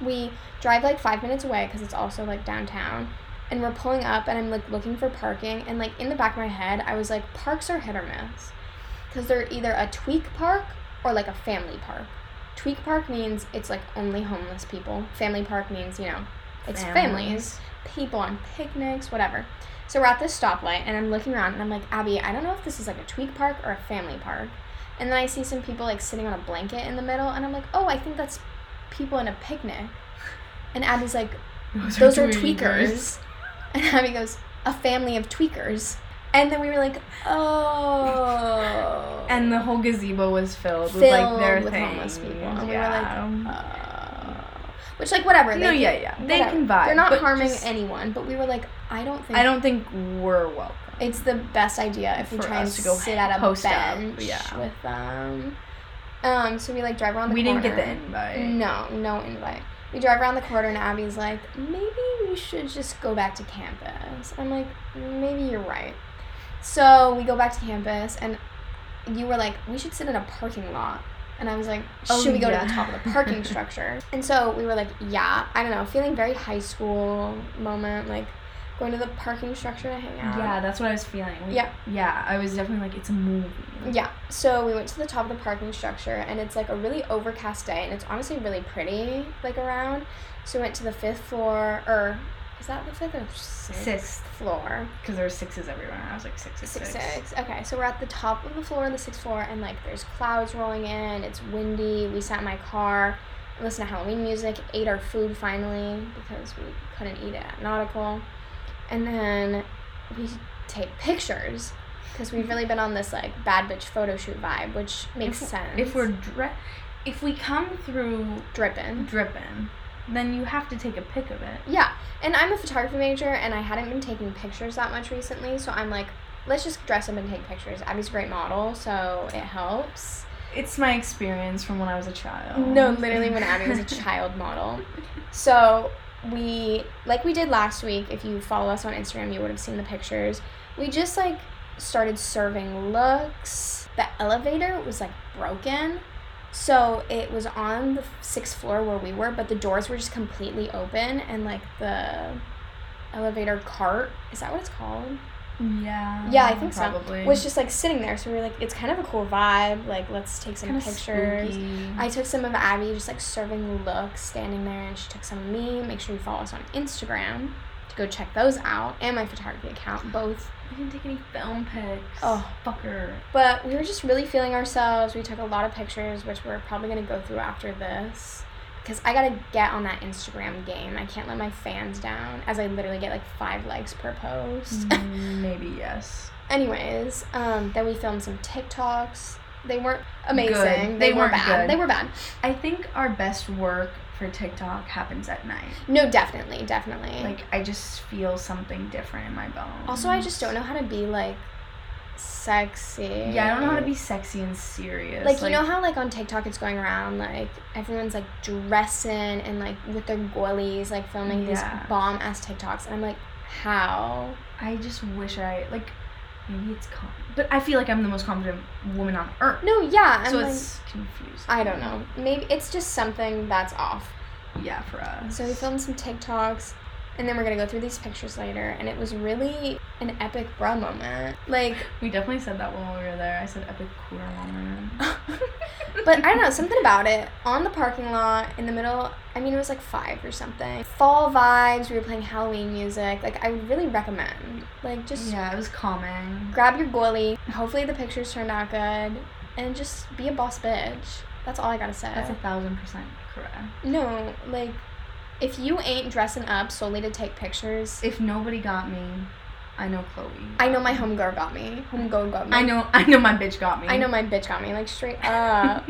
Speaker 2: We drive like five minutes away because it's also like downtown, and we're pulling up and I'm like looking for parking and like in the back of my head I was like, parks are hit or miss, because they're either a tweak park or like a family park. Tweak park means it's like only homeless people. Family park means you know, it's families people on picnics, whatever. So we're at this stoplight and I'm looking around and I'm like, Abby, I don't know if this is like a tweak park or a family park. And then I see some people like sitting on a blanket in the middle and I'm like, oh, I think that's people in a picnic. And
Speaker 1: *laughs*
Speaker 2: Abby's like, those are tweakers. *laughs* And Abby goes, a family of tweakers. And then we were
Speaker 1: *laughs*
Speaker 2: like, oh.
Speaker 1: And the whole gazebo was filled, with like
Speaker 2: Filled
Speaker 1: their
Speaker 2: with
Speaker 1: things.
Speaker 2: homeless people. And we were
Speaker 1: yeah.
Speaker 2: oh. Which, like, whatever.
Speaker 1: no,
Speaker 2: they
Speaker 1: yeah, yeah. They
Speaker 2: whatever.
Speaker 1: can vibe.
Speaker 2: They're not
Speaker 1: but
Speaker 2: harming
Speaker 1: just-
Speaker 2: anyone, but we were like, I don't think
Speaker 1: I don't think we're welcome.
Speaker 2: It's the best idea if we
Speaker 1: For
Speaker 2: try and
Speaker 1: us to go
Speaker 2: sit at a
Speaker 1: post up,
Speaker 2: bench
Speaker 1: yeah.
Speaker 2: with them. Um, so we like drive around the
Speaker 1: we
Speaker 2: corner.
Speaker 1: didn't get the invite.
Speaker 2: No, no invite. We drive around the corner and Abby's like, maybe we should just go back to campus. I'm like, maybe you're right. So we go back to campus and you were like, we should sit in a parking lot. And I was like, should
Speaker 1: Oh,
Speaker 2: we go
Speaker 1: yeah.
Speaker 2: to the top of the
Speaker 1: *laughs*
Speaker 2: parking structure? And so we were like, yeah, I don't know, feeling very high school moment, like going to the parking structure to hang out.
Speaker 1: Yeah, that's what I was feeling. We-
Speaker 2: Yeah.
Speaker 1: Yeah, I was definitely like, it's a movie. Like,
Speaker 2: Yeah, so we went to the top of the parking structure, and it's like a really overcast day, and it's honestly really pretty, like around. So we went to the fifth floor, or is that the fifth or sixth,
Speaker 1: Sixth,
Speaker 2: floor?
Speaker 1: because there were sixes everywhere. and I was like, six, six,
Speaker 2: Six,
Speaker 1: six.
Speaker 2: six. Okay, so we're at the top of the floor, the sixth floor, and like there's clouds rolling in, it's windy. We sat in my car, listened to Halloween music, ate our food finally because we couldn't eat it at Nautical, and then we take pictures. Because we've really been on this like bad bitch photo shoot vibe, which makes
Speaker 1: If-
Speaker 2: sense.
Speaker 1: If we're dre- if we come through
Speaker 2: dripping.
Speaker 1: dripping, then you have to take a pic of it.
Speaker 2: Yeah, and I'm a photography major, and I hadn't been taking pictures that much recently, so I'm like, let's just dress up and take pictures. Abby's a great model, so it helps.
Speaker 1: It's my experience from when I was a child.
Speaker 2: No, literally, when Abby
Speaker 1: *laughs*
Speaker 2: was a child model. So we, like we did last week, if you follow us on Instagram, you would have seen the pictures. We just like started serving looks. The elevator was like broken. So it was on the sixth floor where we were, but the doors were just completely open and like the elevator cart is that what it's called?
Speaker 1: Yeah.
Speaker 2: Yeah, I think so.
Speaker 1: Um, probably.
Speaker 2: Was just like sitting there. So we were like, it's kind of a cool vibe. Like, let's take some
Speaker 1: Kinda
Speaker 2: pictures.
Speaker 1: spooky.
Speaker 2: I took some of Abby just like serving looks, standing there, and she took some of me. Make sure you follow us on Instagram to go check those out and my photography account, both.
Speaker 1: I didn't take any film pics.
Speaker 2: Oh. *laughs*
Speaker 1: fucker.
Speaker 2: But we were just really feeling ourselves. We took a lot of pictures, which we're probably gonna go through after this. Because I gotta get on that Instagram game. I can't let my fans down, as I literally get like five likes per post.
Speaker 1: Mm, Maybe yes.
Speaker 2: *laughs* Anyways, um, then we filmed some TikToks. They weren't amazing.
Speaker 1: Good.
Speaker 2: They,
Speaker 1: They
Speaker 2: were
Speaker 1: weren't
Speaker 2: bad.
Speaker 1: good.
Speaker 2: They were bad.
Speaker 1: I think our best work for TikTok happens at night.
Speaker 2: No, definitely, definitely.
Speaker 1: Like I just feel something different in my bones.
Speaker 2: also, I just don't know how to be like sexy.
Speaker 1: Yeah, I don't know how to be sexy and serious.
Speaker 2: Like, you know how like on TikTok it's going around like everyone's like dressing and like with their goilies like
Speaker 1: Yeah.
Speaker 2: filming these bomb ass TikToks and I'm like how
Speaker 1: I just wish I like maybe it's calm, but I feel like I'm the most confident woman on earth.
Speaker 2: no yeah I'm
Speaker 1: so
Speaker 2: like
Speaker 1: it's confusing.
Speaker 2: I don't know maybe it's just something that's off
Speaker 1: Yeah, for us.
Speaker 2: So we filmed some TikToks, and then we're gonna go through these pictures later. And it was really an epic bra moment.
Speaker 1: *laughs*
Speaker 2: Like,
Speaker 1: We definitely said that when we were there. I said epic queer *laughs* woman.
Speaker 2: but
Speaker 1: *laughs*
Speaker 2: I don't know, something about it on the parking lot in the middle. I mean, it was like five or something. Fall vibes. We were playing Halloween music. Like, I would really recommend. Like, just
Speaker 1: Yeah, it was calming.
Speaker 2: grab your goalie. Hopefully, the pictures turned out good, and just be a boss bitch. That's all I gotta say.
Speaker 1: That's a thousand percent correct.
Speaker 2: no, like, if you ain't dressing up solely to take pictures.
Speaker 1: If nobody got me, I know Chloe.
Speaker 2: I know my homegirl got me. Homegirl got me.
Speaker 1: I know. I know my bitch got me.
Speaker 2: I know my bitch got me like straight
Speaker 1: *laughs*
Speaker 2: up.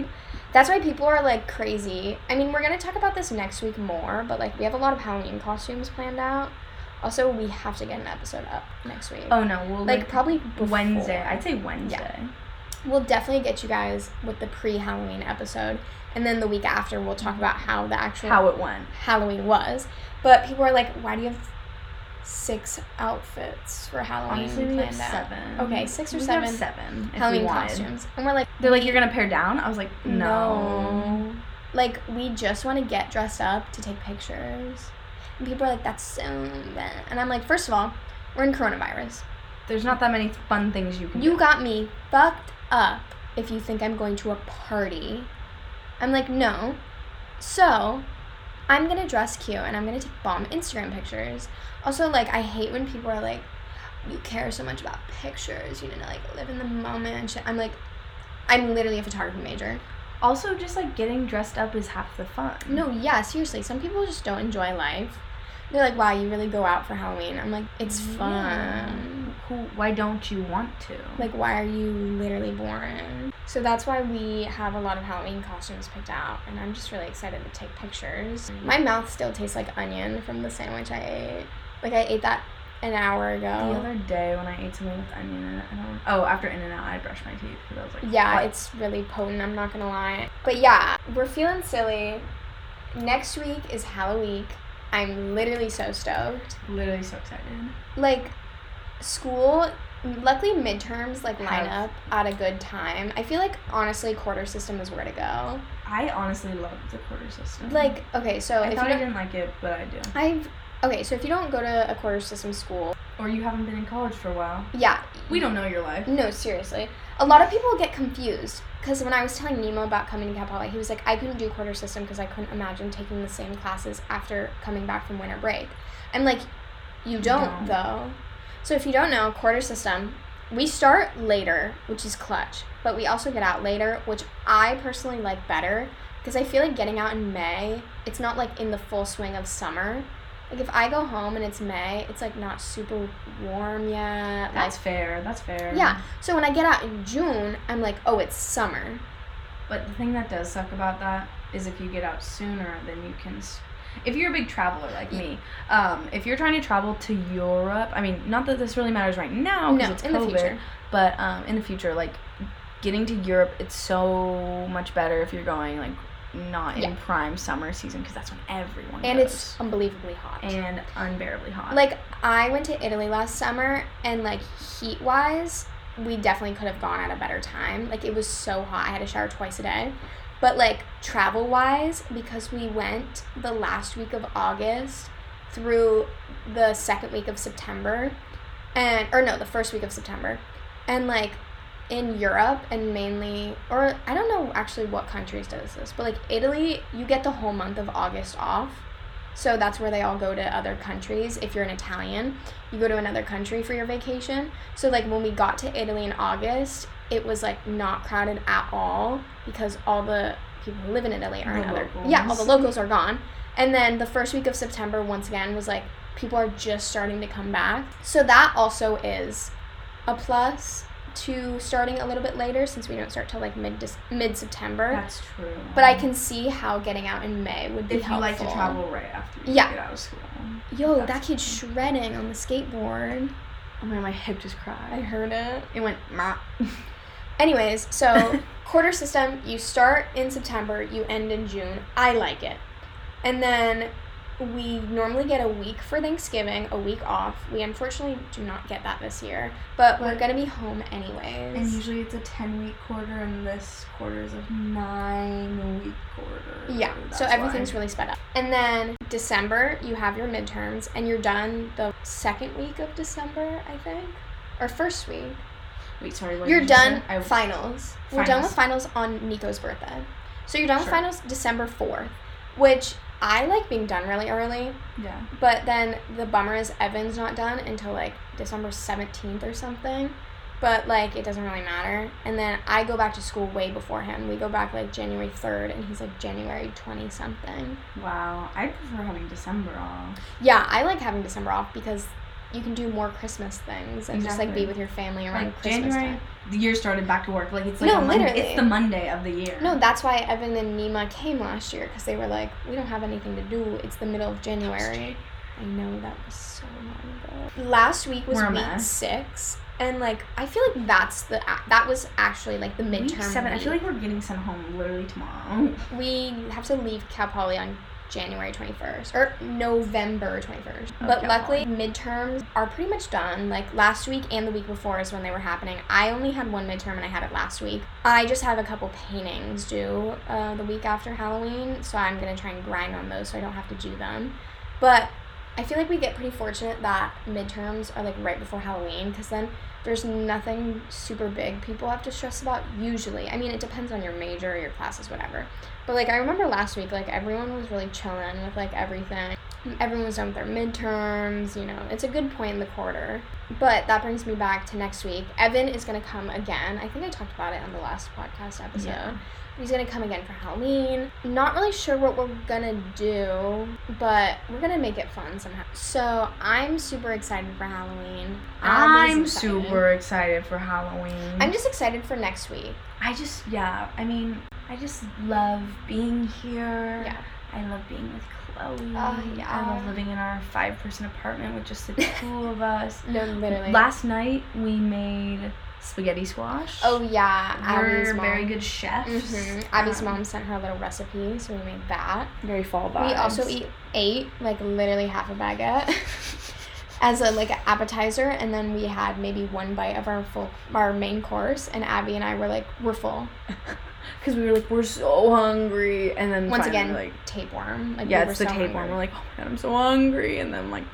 Speaker 2: That's why people are like crazy. I mean, we're gonna talk about this next week more, but like we have a lot of Halloween costumes planned out. Also, we have to get an episode up next week.
Speaker 1: Oh no, we'll
Speaker 2: like probably before.
Speaker 1: Wednesday. I'd say Wednesday.
Speaker 2: We'll definitely get you guys with the pre-Halloween episode, and then the week after we'll talk about how the actual
Speaker 1: How it went.
Speaker 2: Halloween was. But people are like, why do you have six outfits for Halloween
Speaker 1: Honestly, we have
Speaker 2: planned out?
Speaker 1: seven.
Speaker 2: Okay, six or
Speaker 1: We could have
Speaker 2: seven
Speaker 1: seven. if we
Speaker 2: Halloween
Speaker 1: wanted.
Speaker 2: costumes, and we're like,
Speaker 1: They're like, you're gonna pare down. I was like, no.
Speaker 2: No. Like we just want to get dressed up to take pictures. And people are like, that's so bad. And I'm like, first of all, we're in coronavirus.
Speaker 1: There's not that many fun things you can.
Speaker 2: You
Speaker 1: do.
Speaker 2: got me fucked up if you think I'm going to a party. I'm like, no. So I'm gonna dress cute and I'm gonna take bomb Instagram pictures. Also, like I hate when people are like, you care so much about pictures, you need to like live in the moment and shit. I'm like, I'm literally a photography major.
Speaker 1: Also, just like getting dressed up is half the fun.
Speaker 2: No, yeah, seriously. Some people just don't enjoy life. They're like, wow, you really go out for Halloween. I'm like, it's fun.
Speaker 1: Who? Why don't you want to?
Speaker 2: Like, why are you literally boring? So that's why we have a lot of Halloween costumes picked out, and I'm just really excited to take pictures. My mouth still tastes like onion from the sandwich I ate. Like, I ate that an hour ago.
Speaker 1: The other day when I ate something with onion in it, I don't. Oh, after In and Out, I brushed my teeth because I was like,
Speaker 2: Yeah,
Speaker 1: what?
Speaker 2: it's really potent, I'm not gonna lie. But yeah, we're feeling silly. Next week is Halloween. I'm literally so stoked.
Speaker 1: literally so excited.
Speaker 2: like school luckily midterms like line
Speaker 1: Have-
Speaker 2: up at a good time i feel like honestly quarter system is where to go
Speaker 1: I honestly love the quarter system.
Speaker 2: like okay so
Speaker 1: I
Speaker 2: if
Speaker 1: thought
Speaker 2: you
Speaker 1: I
Speaker 2: don't,
Speaker 1: didn't like it, but I do.
Speaker 2: i've okay so if you don't go to a quarter system school
Speaker 1: Or you haven't been in college for a while.
Speaker 2: yeah
Speaker 1: We don't know your life.
Speaker 2: no seriously a lot of people get confused because when i was telling nemo about coming to cal poly he was like i couldn't do quarter system because i couldn't imagine taking the same classes after coming back from winter break i'm like you don't
Speaker 1: don't.
Speaker 2: though so if you don't know quarter system We start later, which is clutch, but we also get out later, which I personally like better because I feel like getting out in May, it's not like in the full swing of summer. Like if I go home and it's May, it's like not super warm yet.
Speaker 1: That's fair. That's fair.
Speaker 2: like, yeah. So when I get out in June, I'm like, oh, it's summer.
Speaker 1: But the thing that does suck about that is if you get out sooner, then you can. s- If you're a big traveler like me, um, if you're trying to travel to Europe, I mean, not that this really matters right now because Oh,
Speaker 2: no,
Speaker 1: it's
Speaker 2: in
Speaker 1: COVID,
Speaker 2: the future.
Speaker 1: but um, in the future, like getting to Europe, it's so much better if you're going like not in
Speaker 2: Yeah.
Speaker 1: prime summer season because that's when everyone
Speaker 2: And
Speaker 1: goes.
Speaker 2: it's unbelievably hot.
Speaker 1: and unbearably hot.
Speaker 2: Like I went to Italy last summer and like heat wise, we definitely could have gone at a better time. Like it was so hot. I had to shower twice a day. But like travel wise, because we went the last week of August through the second week of September and or no, the first week of September. And like in Europe and mainly or I don't know actually what countries does this, but like Italy, you get the whole month of August off. So that's where they all go to other countries. If you're an Italian, you go to another country for your vacation. So like when we got to Italy in August, it was like not crowded at all because all the people who live in Italy are in
Speaker 1: The
Speaker 2: other
Speaker 1: locals.
Speaker 2: yeah, all the locals are gone. And then the first week of September once again was like people are just starting to come back. So that also is a plus to starting a little bit later since we don't start till like mid mid September.
Speaker 1: That's true.
Speaker 2: But I can see how getting out in May would be
Speaker 1: If you
Speaker 2: helpful.
Speaker 1: like to travel right after you
Speaker 2: Yeah.
Speaker 1: get out of school.
Speaker 2: Yo,
Speaker 1: That's
Speaker 2: that kid's shredding on the skateboard.
Speaker 1: Oh my, my hip just
Speaker 2: I
Speaker 1: cried.
Speaker 2: heard it.
Speaker 1: It went. "Mah."
Speaker 2: Anyways,
Speaker 1: *laughs*
Speaker 2: so quarter system, you start in September, you end in June. I like it. And then we normally get a week for Thanksgiving, a week off. We unfortunately do not get that this year, but we're
Speaker 1: But-
Speaker 2: going to be home anyways.
Speaker 1: And usually it's a 10 week quarter, and this quarter is a 9 week quarter.
Speaker 2: Yeah, so
Speaker 1: That's
Speaker 2: everything's
Speaker 1: why.
Speaker 2: really sped up. And then December, you have your midterms, and you're done the second week of December, I think, or first week.
Speaker 1: Wait, sorry. What
Speaker 2: you're
Speaker 1: did you say?
Speaker 2: done
Speaker 1: I,
Speaker 2: finals. We're done with finals on Nico's birthday, so you're done with
Speaker 1: Sure.
Speaker 2: finals December fourth, which I like being done really early.
Speaker 1: Yeah.
Speaker 2: But then the bummer is Evan's not done until like December 17th or something. But like it doesn't really matter. And then I go back to school way before him. We go back like January 3rd and he's like January 20 something.
Speaker 1: Wow. I prefer having December off.
Speaker 2: Yeah, I like having December off because you can do more Christmas things and just like
Speaker 1: Exactly.
Speaker 2: be with your family around
Speaker 1: Like
Speaker 2: Christmas
Speaker 1: January,
Speaker 2: time.
Speaker 1: the year started back to work. Like it's like
Speaker 2: No,
Speaker 1: a Monday-
Speaker 2: literally.
Speaker 1: it's the Monday of the year.
Speaker 2: No, that's why Evan and Nima came last year because they were like, we don't have anything to do. It's the middle of January. I know that was so long ago. Last week was
Speaker 1: We're a
Speaker 2: week
Speaker 1: mess.
Speaker 2: six, and like I feel like that's the a- that was actually like the midterm.
Speaker 1: Week seven. I feel
Speaker 2: week.
Speaker 1: like we're getting sent home literally tomorrow. *laughs*
Speaker 2: we have to leave Cal Poly on January twenty first or November twenty first.
Speaker 1: Oh,
Speaker 2: but
Speaker 1: Cal
Speaker 2: luckily, midterms are pretty much done. Like last week and the week before is when they were happening. I only had one midterm and I had it last week. I just have a couple paintings due uh, the week after Halloween, so I'm gonna try and grind on those so I don't have to do them. But I feel like we get pretty fortunate that midterms are like right before Halloween because then there's nothing super big people have to stress about usually. I mean, it depends on your major, your classes, whatever. But like I remember last week, like everyone was really chilling with like everything. Everyone was done with their midterms, you know. It's a good point in the quarter. But that brings me back to next week. Evan is gonna come again. I think I talked about it on the last podcast episode.
Speaker 1: Yeah.
Speaker 2: He's gonna come again for Halloween. Not really sure what we're gonna do, but we're gonna make it fun somehow. So I'm super excited for Halloween. Abby's
Speaker 1: I'm
Speaker 2: excited.
Speaker 1: super excited for Halloween.
Speaker 2: I'm just excited for next week.
Speaker 1: I just yeah. I mean, I just love being here.
Speaker 2: Yeah.
Speaker 1: I love being with Chloe.
Speaker 2: Oh, yeah.
Speaker 1: I love living in our five person apartment with
Speaker 2: *laughs*
Speaker 1: just the two of us.
Speaker 2: No, literally.
Speaker 1: Last night we made spaghetti squash.
Speaker 2: oh yeah,
Speaker 1: we're
Speaker 2: Abby's mom.
Speaker 1: very good chefs.
Speaker 2: *laughs* hmm Abby's
Speaker 1: Um,
Speaker 2: mom sent her a little recipe, so we made that.
Speaker 1: Very fall vibes.
Speaker 2: We also eat ate like literally half a baguette *laughs* as a like an appetizer, and then we had maybe one bite of our full our main course. And Abby and I were like, we're full.
Speaker 1: because we were like we're so hungry, and then
Speaker 2: Once
Speaker 1: finally,
Speaker 2: again,
Speaker 1: like
Speaker 2: tapeworm. Like,
Speaker 1: yeah,
Speaker 2: we
Speaker 1: it's
Speaker 2: were
Speaker 1: the
Speaker 2: so
Speaker 1: tapeworm.
Speaker 2: hungry.
Speaker 1: We're like oh my god, I'm so hungry, and then like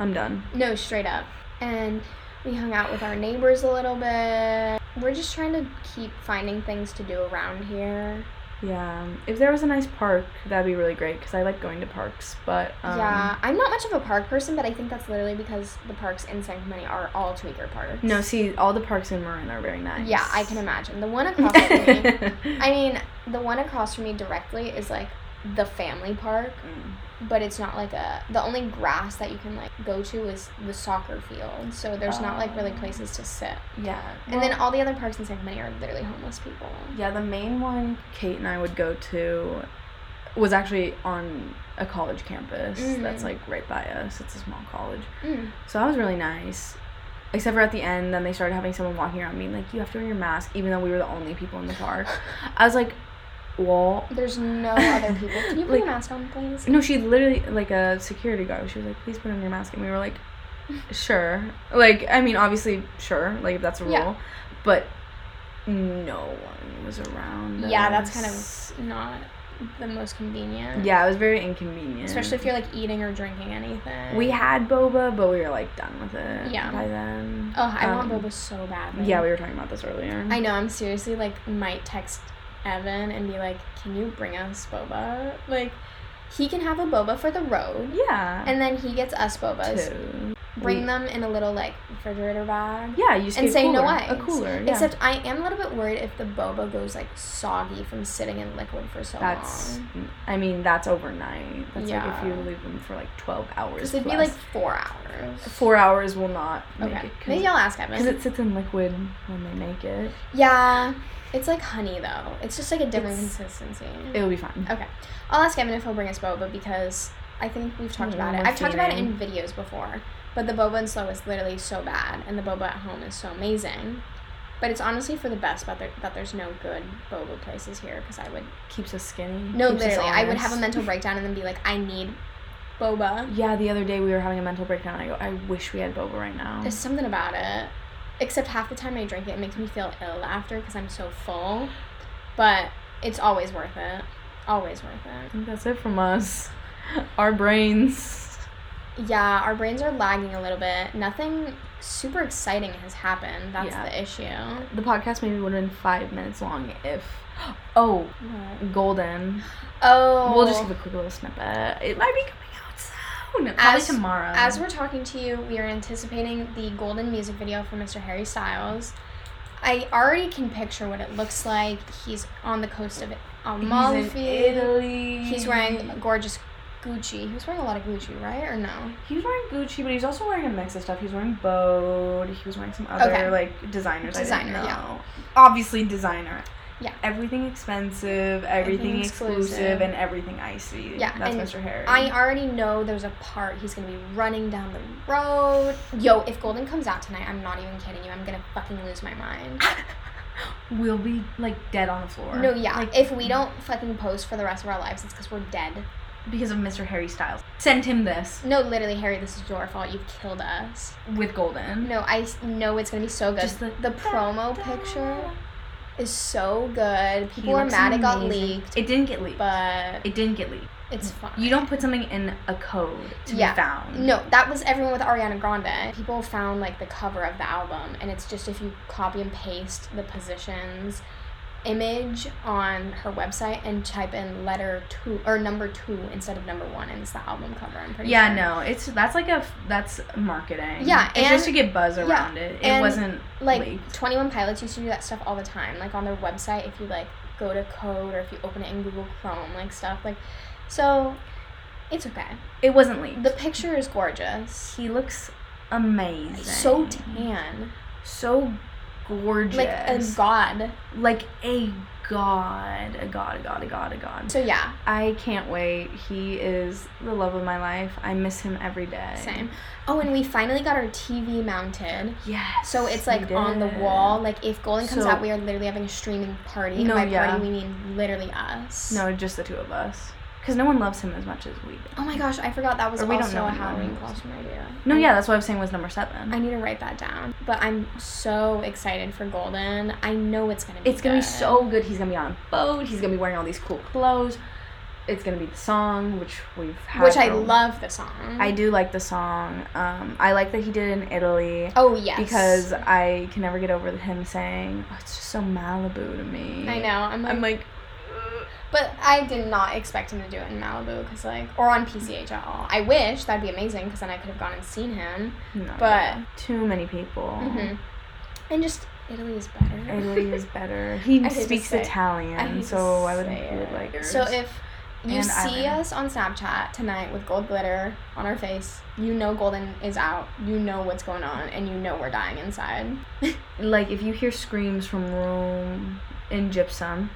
Speaker 1: I'm done.
Speaker 2: No, straight up. And we hung out with our neighbors a little bit. We're just trying to keep finding things to do around here.
Speaker 1: Yeah, if there was a nice park, that'd be really great because I like going to parks. But um,
Speaker 2: yeah, I'm not much of a park person, but I think that's literally because the parks in San Clemente are all tweaker parks.
Speaker 1: no, see, all the parks in Marin are very nice.
Speaker 2: Yeah, I can imagine. The one across
Speaker 1: *laughs*
Speaker 2: from me, I mean, the one across from me directly is like the family park,
Speaker 1: Mm.
Speaker 2: but it's not like a. The only grass that you can like go to is the soccer field, so there's not like really
Speaker 1: Oh.
Speaker 2: places to sit.
Speaker 1: yeah,
Speaker 2: and then
Speaker 1: well,
Speaker 2: all the other parks in San Clemente are literally homeless people.
Speaker 1: yeah, the main one Kate and I would go to was actually on a college campus
Speaker 2: Mm.
Speaker 1: that's like right by us. It's a small college.
Speaker 2: Mm.
Speaker 1: So that was really nice. Except for at the end, then they started having someone walking around being like, you have to wear your mask, even though we were the only people in the
Speaker 2: *laughs*
Speaker 1: park. I was like, well. *laughs*
Speaker 2: There's no other people. Can you put
Speaker 1: Like-
Speaker 2: your mask on, please? *laughs*
Speaker 1: No, she literally, like a security guard, she was like, please put on your mask. And we were like, sure. Like, I mean, obviously, sure. Like, if that's a rule,
Speaker 2: Yeah.
Speaker 1: but no one was around.
Speaker 2: Yeah, that's kind
Speaker 1: us.
Speaker 2: of not the most convenient.
Speaker 1: Yeah, it was very inconvenient.
Speaker 2: Especially if you're like eating or drinking anything.
Speaker 1: we had boba, but we were like done with it.
Speaker 2: Yeah.
Speaker 1: By then.
Speaker 2: Oh, I want
Speaker 1: Um,
Speaker 2: boba so badly.
Speaker 1: Yeah, we were talking about this earlier.
Speaker 2: I know. I'm seriously like might text Evan and be like, "Can you bring us boba?" Like, he can have a boba for the road,
Speaker 1: Yeah.
Speaker 2: and then he gets us bobas.
Speaker 1: too.
Speaker 2: Bring
Speaker 1: We-
Speaker 2: them in a little like refrigerator bag.
Speaker 1: Yeah, you just
Speaker 2: and
Speaker 1: get a
Speaker 2: say no
Speaker 1: cooler-
Speaker 2: ice.
Speaker 1: A cooler. Yeah.
Speaker 2: Except I am a little bit worried if the boba goes like soggy from sitting in liquid for so
Speaker 1: that's.
Speaker 2: long.
Speaker 1: I mean, that's overnight. That's like if you
Speaker 2: Yeah.
Speaker 1: leave them for like twelve hours.
Speaker 2: Because it'd be
Speaker 1: plus.
Speaker 2: like four hours.
Speaker 1: four hours will not make
Speaker 2: Okay.
Speaker 1: it. 'cause
Speaker 2: Maybe I'll ask Evan.
Speaker 1: Because it sits in liquid when they make it.
Speaker 2: Yeah, it's like honey though. It's just like a different
Speaker 1: It's-
Speaker 2: consistency.
Speaker 1: It'll be fine.
Speaker 2: I'll ask Evan if he'll bring us boba because I think we've talked
Speaker 1: Mm,
Speaker 2: about it.
Speaker 1: we're
Speaker 2: I've talked about it in videos before, but the boba in Slow is literally so bad, and the boba at home is so amazing. But it's honestly for the best but there, that there's no good boba places here because I would
Speaker 1: Keeps us skinny.
Speaker 2: no
Speaker 1: keeps us
Speaker 2: literally I would have a
Speaker 1: honest. Mm.
Speaker 2: mental breakdown and then be like I need boba.
Speaker 1: Yeah, the other day we were having a mental breakdown. I go, I wish we had boba right now.
Speaker 2: There's something about it. Except half the time I drink it, it makes me feel ill after because I'm so full. But it's always worth it. Always worth it.
Speaker 1: I think that's it from us. *laughs* Our brains.
Speaker 2: Yeah, our brains are lagging a little bit. Nothing super exciting has happened. That's
Speaker 1: Yeah.
Speaker 2: the issue.
Speaker 1: The podcast maybe would have been five minutes long if. Oh, Golden.
Speaker 2: Oh,
Speaker 1: We'll just give a quick little snippet. It might be coming out soon. Probably
Speaker 2: As-
Speaker 1: tomorrow.
Speaker 2: as we're talking to you, we are anticipating the golden music video for Mr. Harry Styles. I already can picture what it looks like. He's on the coast of
Speaker 1: He's in
Speaker 2: Amalfi.
Speaker 1: Italy.
Speaker 2: He's wearing gorgeous Gucci. He was wearing a lot of Gucci, right? Or no?
Speaker 1: He was wearing Gucci, but he's also wearing a mix of stuff. He was wearing Bode. He was wearing some other
Speaker 2: Okay.
Speaker 1: like designers.
Speaker 2: Designer,
Speaker 1: I didn't
Speaker 2: yeah.
Speaker 1: know. Obviously designer.
Speaker 2: Yeah.
Speaker 1: Everything expensive, everything,
Speaker 2: Everything
Speaker 1: exclusive,
Speaker 2: exclusive.
Speaker 1: and everything icy.
Speaker 2: Yeah,
Speaker 1: That's
Speaker 2: and
Speaker 1: Mr. Harry.
Speaker 2: I already know there's a part he's gonna be running down the road. Yo, if Golden comes out tonight, I'm not even kidding you. I'm gonna fucking lose my mind.
Speaker 1: we'll be like dead on the floor.
Speaker 2: No, yeah.
Speaker 1: Like,
Speaker 2: if we don't fucking post for the rest of our lives, it's because we're dead.
Speaker 1: because of Mr. Harry Styles. Send him this
Speaker 2: No, literally, Harry, this is your fault. You've killed us.
Speaker 1: with Golden.
Speaker 2: No, I s- know it's gonna be so good.
Speaker 1: Just
Speaker 2: the,
Speaker 1: the-
Speaker 2: promo picture is so good.
Speaker 1: He
Speaker 2: People are
Speaker 1: looks
Speaker 2: mad it got
Speaker 1: amazing.
Speaker 2: leaked,
Speaker 1: It didn't get leaked.
Speaker 2: but
Speaker 1: it didn't get leaked.
Speaker 2: it's fine.
Speaker 1: You don't put something in a code to
Speaker 2: Yeah.
Speaker 1: be found.
Speaker 2: No, that was everyone with Ariana Grande. People found like the cover of the album, and it's just if you copy and paste the positions image on her website and type in letter two or number two instead of number one, and it's the album cover. I'm pretty
Speaker 1: Yeah,
Speaker 2: sure.
Speaker 1: no, it's that's like a f- that's marketing.
Speaker 2: Yeah,
Speaker 1: it's just to
Speaker 2: and-
Speaker 1: get buzz
Speaker 2: yeah,
Speaker 1: around it. It
Speaker 2: and,
Speaker 1: wasn't
Speaker 2: Like
Speaker 1: leaked.
Speaker 2: Twenty One Pilots used to do that stuff all the time. Like on their website, if you like go to code or if you open it in Google Chrome, like stuff like. So, it's okay.
Speaker 1: It wasn't leaked.
Speaker 2: The picture is gorgeous.
Speaker 1: he looks amazing.
Speaker 2: So tan,
Speaker 1: so gorgeous.
Speaker 2: like a god.
Speaker 1: Like a god, a god, a god, a god, a god.
Speaker 2: So yeah,
Speaker 1: I can't wait. He is the love of my life. I miss him every day.
Speaker 2: Same. Oh, and we finally got our TV mounted.
Speaker 1: Yes.
Speaker 2: So it's
Speaker 1: we
Speaker 2: like on the
Speaker 1: did.
Speaker 2: wall. Like if Golden comes
Speaker 1: So-
Speaker 2: out, we are literally having a streaming party.
Speaker 1: No,
Speaker 2: and by
Speaker 1: yeah.
Speaker 2: party we mean literally us.
Speaker 1: No, just the two of us. Because no one loves him as much as we do.
Speaker 2: Oh my gosh, I forgot that was
Speaker 1: Or we don't
Speaker 2: also
Speaker 1: know
Speaker 2: a
Speaker 1: anyone
Speaker 2: Halloween
Speaker 1: who loves
Speaker 2: costume idea.
Speaker 1: No,
Speaker 2: I-
Speaker 1: yeah, that's what I was saying was number seven.
Speaker 2: I need to write that down. But I'm so excited for Golden. I know it's gonna be.
Speaker 1: It's gonna be
Speaker 2: good.
Speaker 1: so good. He's gonna be on a boat. He's gonna be wearing all these cool clothes. It's gonna be the song, which we've had.
Speaker 2: Which I
Speaker 1: for a-
Speaker 2: love the song.
Speaker 1: I do like the song. Um, I like that he did it in Italy
Speaker 2: Oh yes.
Speaker 1: because I can never get over him saying, oh, "It's just so Malibu to me."
Speaker 2: I know. I'm like,
Speaker 1: I'm like,
Speaker 2: but I did not expect him to do it in Malibu, cause like, or on PCH at all. I wish that'd be amazing, cause then I could have gone and seen him.
Speaker 1: no,
Speaker 2: But-
Speaker 1: too many people.
Speaker 2: hmm And just Italy is better.
Speaker 1: Italy is better. He
Speaker 2: I hate to
Speaker 1: speaks
Speaker 2: say-
Speaker 1: Italian,
Speaker 2: *laughs* I hate to
Speaker 1: so I would,
Speaker 2: say
Speaker 1: he would
Speaker 2: it.
Speaker 1: like.
Speaker 2: So
Speaker 1: yours.
Speaker 2: if you
Speaker 1: And
Speaker 2: see
Speaker 1: Ivan.
Speaker 2: us on Snapchat tonight with gold glitter on our face, you know Golden is out. You know what's going on, and you know we're dying inside.
Speaker 1: like if you hear screams from room in gypsum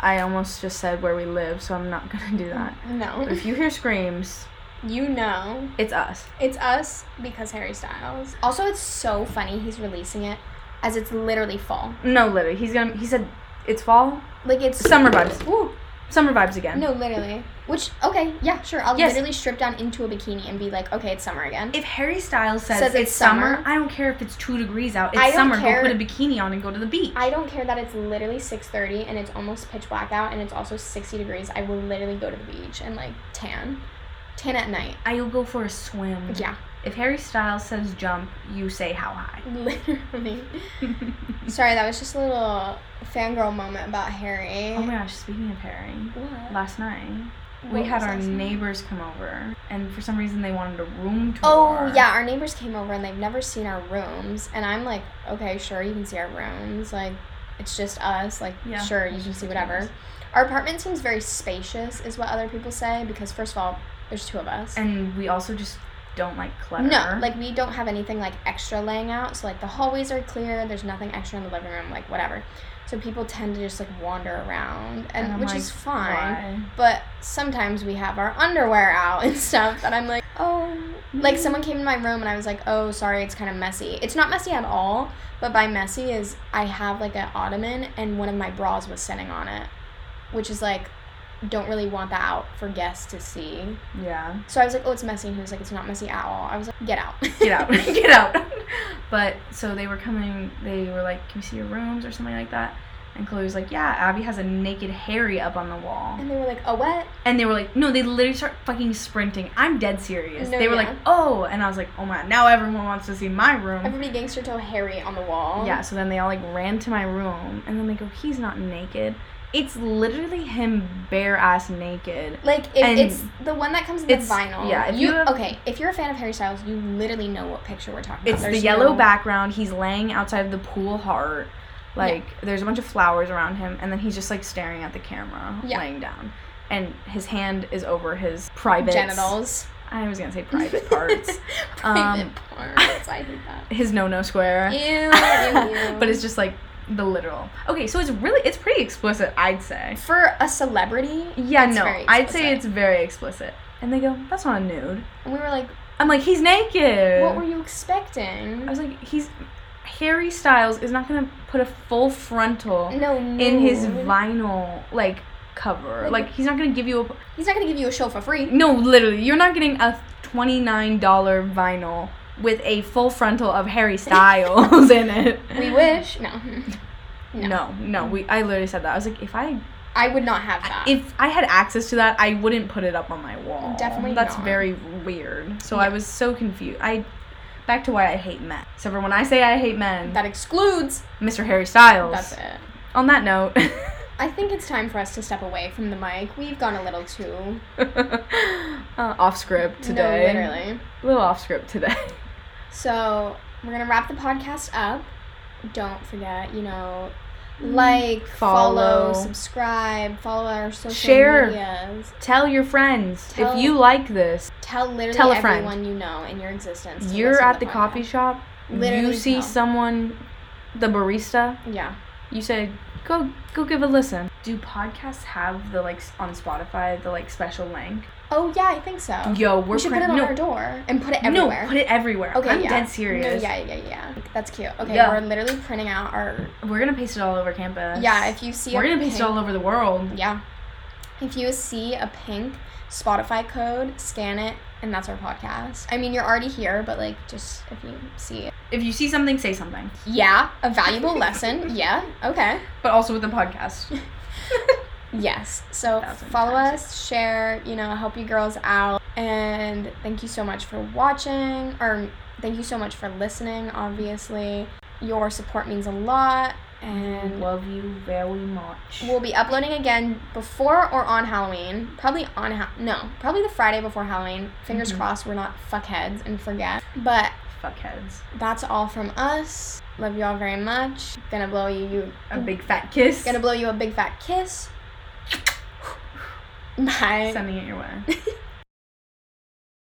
Speaker 1: i almost just said where we live so i'm not *laughs* gonna do that but
Speaker 2: No,
Speaker 1: if you hear screams
Speaker 2: you know
Speaker 1: it's us
Speaker 2: it's us because Harry Styles. Also, it's so funny he's releasing it as it's literally fall.
Speaker 1: no literally he's gonna he said it's fall
Speaker 2: Like it's
Speaker 1: summer vibes
Speaker 2: Ooh,
Speaker 1: Summer vibes again.
Speaker 2: No, literally. Which okay, yeah, sure. I'll
Speaker 1: Yes.
Speaker 2: literally strip down into a bikini and be like, okay, it's summer again.
Speaker 1: If Harry Styles says,
Speaker 2: Says
Speaker 1: it's,
Speaker 2: it's
Speaker 1: summer,
Speaker 2: summer.
Speaker 1: I don't care if it's two degrees out. It's
Speaker 2: I don't
Speaker 1: summer.
Speaker 2: care.
Speaker 1: Go put a bikini on and go to the beach.
Speaker 2: I don't care that it's literally six thirty and it's almost pitch black out and it's also sixty degrees. I will literally go to the beach and like tan, tan at night.
Speaker 1: I, will go for a swim.
Speaker 2: Yeah, *laughs*
Speaker 1: If Harry Styles says jump, you say how *laughs* high.
Speaker 2: literally.
Speaker 1: oh
Speaker 2: Sorry, that was just a little fangirl moment about Harry.
Speaker 1: Oh my gosh, speaking of Harry,
Speaker 2: What?
Speaker 1: last night we
Speaker 2: What
Speaker 1: had
Speaker 2: was
Speaker 1: our
Speaker 2: that saying?
Speaker 1: neighbors come over, and for some reason they wanted a room tour.
Speaker 2: Oh yeah, our neighbors came over and they've never seen our rooms, and I'm like, okay, sure, you can see our rooms, like it's just us, like
Speaker 1: Yeah,
Speaker 2: sure,
Speaker 1: it's
Speaker 2: you can
Speaker 1: just
Speaker 2: see
Speaker 1: the two of
Speaker 2: whatever.
Speaker 1: us.
Speaker 2: Our apartment seems very spacious, is what other people say, because first of all, there's two of us.
Speaker 1: And we also just don't like clutter.
Speaker 2: no, like we don't have anything like extra laying out, so like the hallways are clear, there's nothing extra in the living room, like whatever. So people tend to just like wander around, and,
Speaker 1: I'm
Speaker 2: which
Speaker 1: like,
Speaker 2: is fine.
Speaker 1: why?
Speaker 2: But sometimes we have our underwear out and stuff that I'm like, oh. Like someone came in my room and I was like, oh, sorry, it's kind of messy. It's not messy at all, but by messy is I have like an ottoman and one of my bras was sitting on it, which is like, don't really want that out for guests to see. *laughs*
Speaker 1: Yeah.
Speaker 2: So I was like, oh, it's messy. And he was like, it's not messy at all. I was like, get out.
Speaker 1: Get out. *laughs* Get out. But so they were coming, they were like, Can we see your rooms or something like that? And Chloe was like, Yeah, Abby has a naked Harry up on the wall.
Speaker 2: and they were like, oh, what?
Speaker 1: And they were like, No, they literally start fucking sprinting. I'm dead serious.
Speaker 2: No,
Speaker 1: they were
Speaker 2: yeah.
Speaker 1: like, Oh. And I was like, Oh my, now everyone wants to see my room.
Speaker 2: Everybody gangster toe Harry on the wall.
Speaker 1: Yeah, so then they all like ran to my room and then they go, He's not naked. It's literally him bare ass naked.
Speaker 2: Like if
Speaker 1: And
Speaker 2: it's the one that comes in the
Speaker 1: it's-
Speaker 2: vinyl.
Speaker 1: yeah, if
Speaker 2: you,
Speaker 1: you have-
Speaker 2: okay. If you're a fan of Harry Styles, you literally know what picture we're talking about.
Speaker 1: It's the
Speaker 2: There's
Speaker 1: yellow
Speaker 2: no-
Speaker 1: background. He's laying outside of the pool heart. Like there's a bunch of flowers around him, and then he's just like staring at the camera,
Speaker 2: Yeah.
Speaker 1: laying down. And his hand is over his private
Speaker 2: genitals, *laughs*
Speaker 1: I was gonna say private parts.
Speaker 2: private
Speaker 1: Um, *laughs*
Speaker 2: parts. I hate that.
Speaker 1: his no no square. *laughs*
Speaker 2: Ew, ew, ew.
Speaker 1: but it's just like the literal. Okay, so it's really it's pretty explicit, I'd say.
Speaker 2: for a celebrity.
Speaker 1: Yeah,
Speaker 2: it's
Speaker 1: no,
Speaker 2: very
Speaker 1: I'd say
Speaker 2: explicit.
Speaker 1: it's very explicit. And they go, "That's not a nude."
Speaker 2: And we were like,
Speaker 1: I'm like, "He's naked."
Speaker 2: what were you expecting?
Speaker 1: I was like, "He's Harry Styles is not gonna put a full frontal."
Speaker 2: no,
Speaker 1: in his
Speaker 2: nude.
Speaker 1: vinyl like cover.
Speaker 2: Like-
Speaker 1: Like he's not gonna give you a
Speaker 2: He's not gonna give you a show for
Speaker 1: *laughs*
Speaker 2: free.
Speaker 1: no. Literally, you're not getting a twenty nine dollar vinyl with a full frontal of Harry
Speaker 2: *laughs*
Speaker 1: Styles in it.
Speaker 2: We wish. No, *laughs*
Speaker 1: No. no, we. I literally said that. I was like, if I
Speaker 2: I would not have that.
Speaker 1: if I had access to that, I wouldn't put it up on my wall.
Speaker 2: Definitely
Speaker 1: That's
Speaker 2: not.
Speaker 1: very weird. So I
Speaker 2: Yeah.
Speaker 1: was so confused. I back to why I hate men. So for when I say I hate men,
Speaker 2: that excludes.
Speaker 1: Mr. Harry Styles.
Speaker 2: That's it.
Speaker 1: On that note, *laughs*
Speaker 2: I think it's time for us to step away from the mic. We've gone a little too
Speaker 1: uh, off script today.
Speaker 2: No, literally.
Speaker 1: A little off script today. *laughs*
Speaker 2: So we're gonna wrap the podcast up. Don't forget, you know, like, follow,
Speaker 1: Mm-hmm. Follow.
Speaker 2: subscribe, follow our social
Speaker 1: Share.
Speaker 2: medias.
Speaker 1: Tell your friends
Speaker 2: Tell-
Speaker 1: if you like this.
Speaker 2: Tell literally
Speaker 1: Tell a friend.
Speaker 2: everyone you know in your existence. to
Speaker 1: You're
Speaker 2: listen to
Speaker 1: at the coffee shop.
Speaker 2: Literally
Speaker 1: you see
Speaker 2: tell.
Speaker 1: someone, the barista.
Speaker 2: podcast. Yeah.
Speaker 1: You say, "Go, go, give a listen." Do podcasts have the like on Spotify the like special link?
Speaker 2: Oh yeah, I think so.
Speaker 1: Yo, we're
Speaker 2: we should put
Speaker 1: print-
Speaker 2: it on
Speaker 1: no,
Speaker 2: our door and put it
Speaker 1: no,
Speaker 2: everywhere.
Speaker 1: put it everywhere.
Speaker 2: Okay,
Speaker 1: I'm
Speaker 2: yeah.
Speaker 1: dead
Speaker 2: No,
Speaker 1: serious.
Speaker 2: yeah, yeah, yeah. That's cute. Okay,
Speaker 1: Yeah.
Speaker 2: we're literally printing out our.
Speaker 1: We're gonna paste it all over campus.
Speaker 2: Yeah, if you see.
Speaker 1: we're
Speaker 2: a
Speaker 1: gonna paste it
Speaker 2: pink-
Speaker 1: all over the world.
Speaker 2: Yeah. If you see a pink Spotify code, scan it, and that's our podcast. I mean, you're already here, but like, just if you see it.
Speaker 1: If you see something, say something.
Speaker 2: Yeah, a valuable
Speaker 1: *laughs*
Speaker 2: lesson. Yeah, okay.
Speaker 1: But also with the
Speaker 2: *laughs*
Speaker 1: podcast.
Speaker 2: Yes. So
Speaker 1: Thousand
Speaker 2: follow
Speaker 1: times.
Speaker 2: us, share, you know, help you girls out. And thank you so much for watching, or thank you so much for listening, obviously. Your support means a lot, and
Speaker 1: Love you very much.
Speaker 2: We'll be uploading again before or on Halloween. Probably on ha- no, probably the Friday before Halloween. Fingers
Speaker 1: Mhm.
Speaker 2: crossed we're not fuckheads and forget. But
Speaker 1: Fuckheads.
Speaker 2: that's all from us. Love you all very much. Gonna blow you, you
Speaker 1: A big fat kiss.
Speaker 2: gonna blow you a big fat kiss. *laughs* Bye.
Speaker 1: Sending it your way.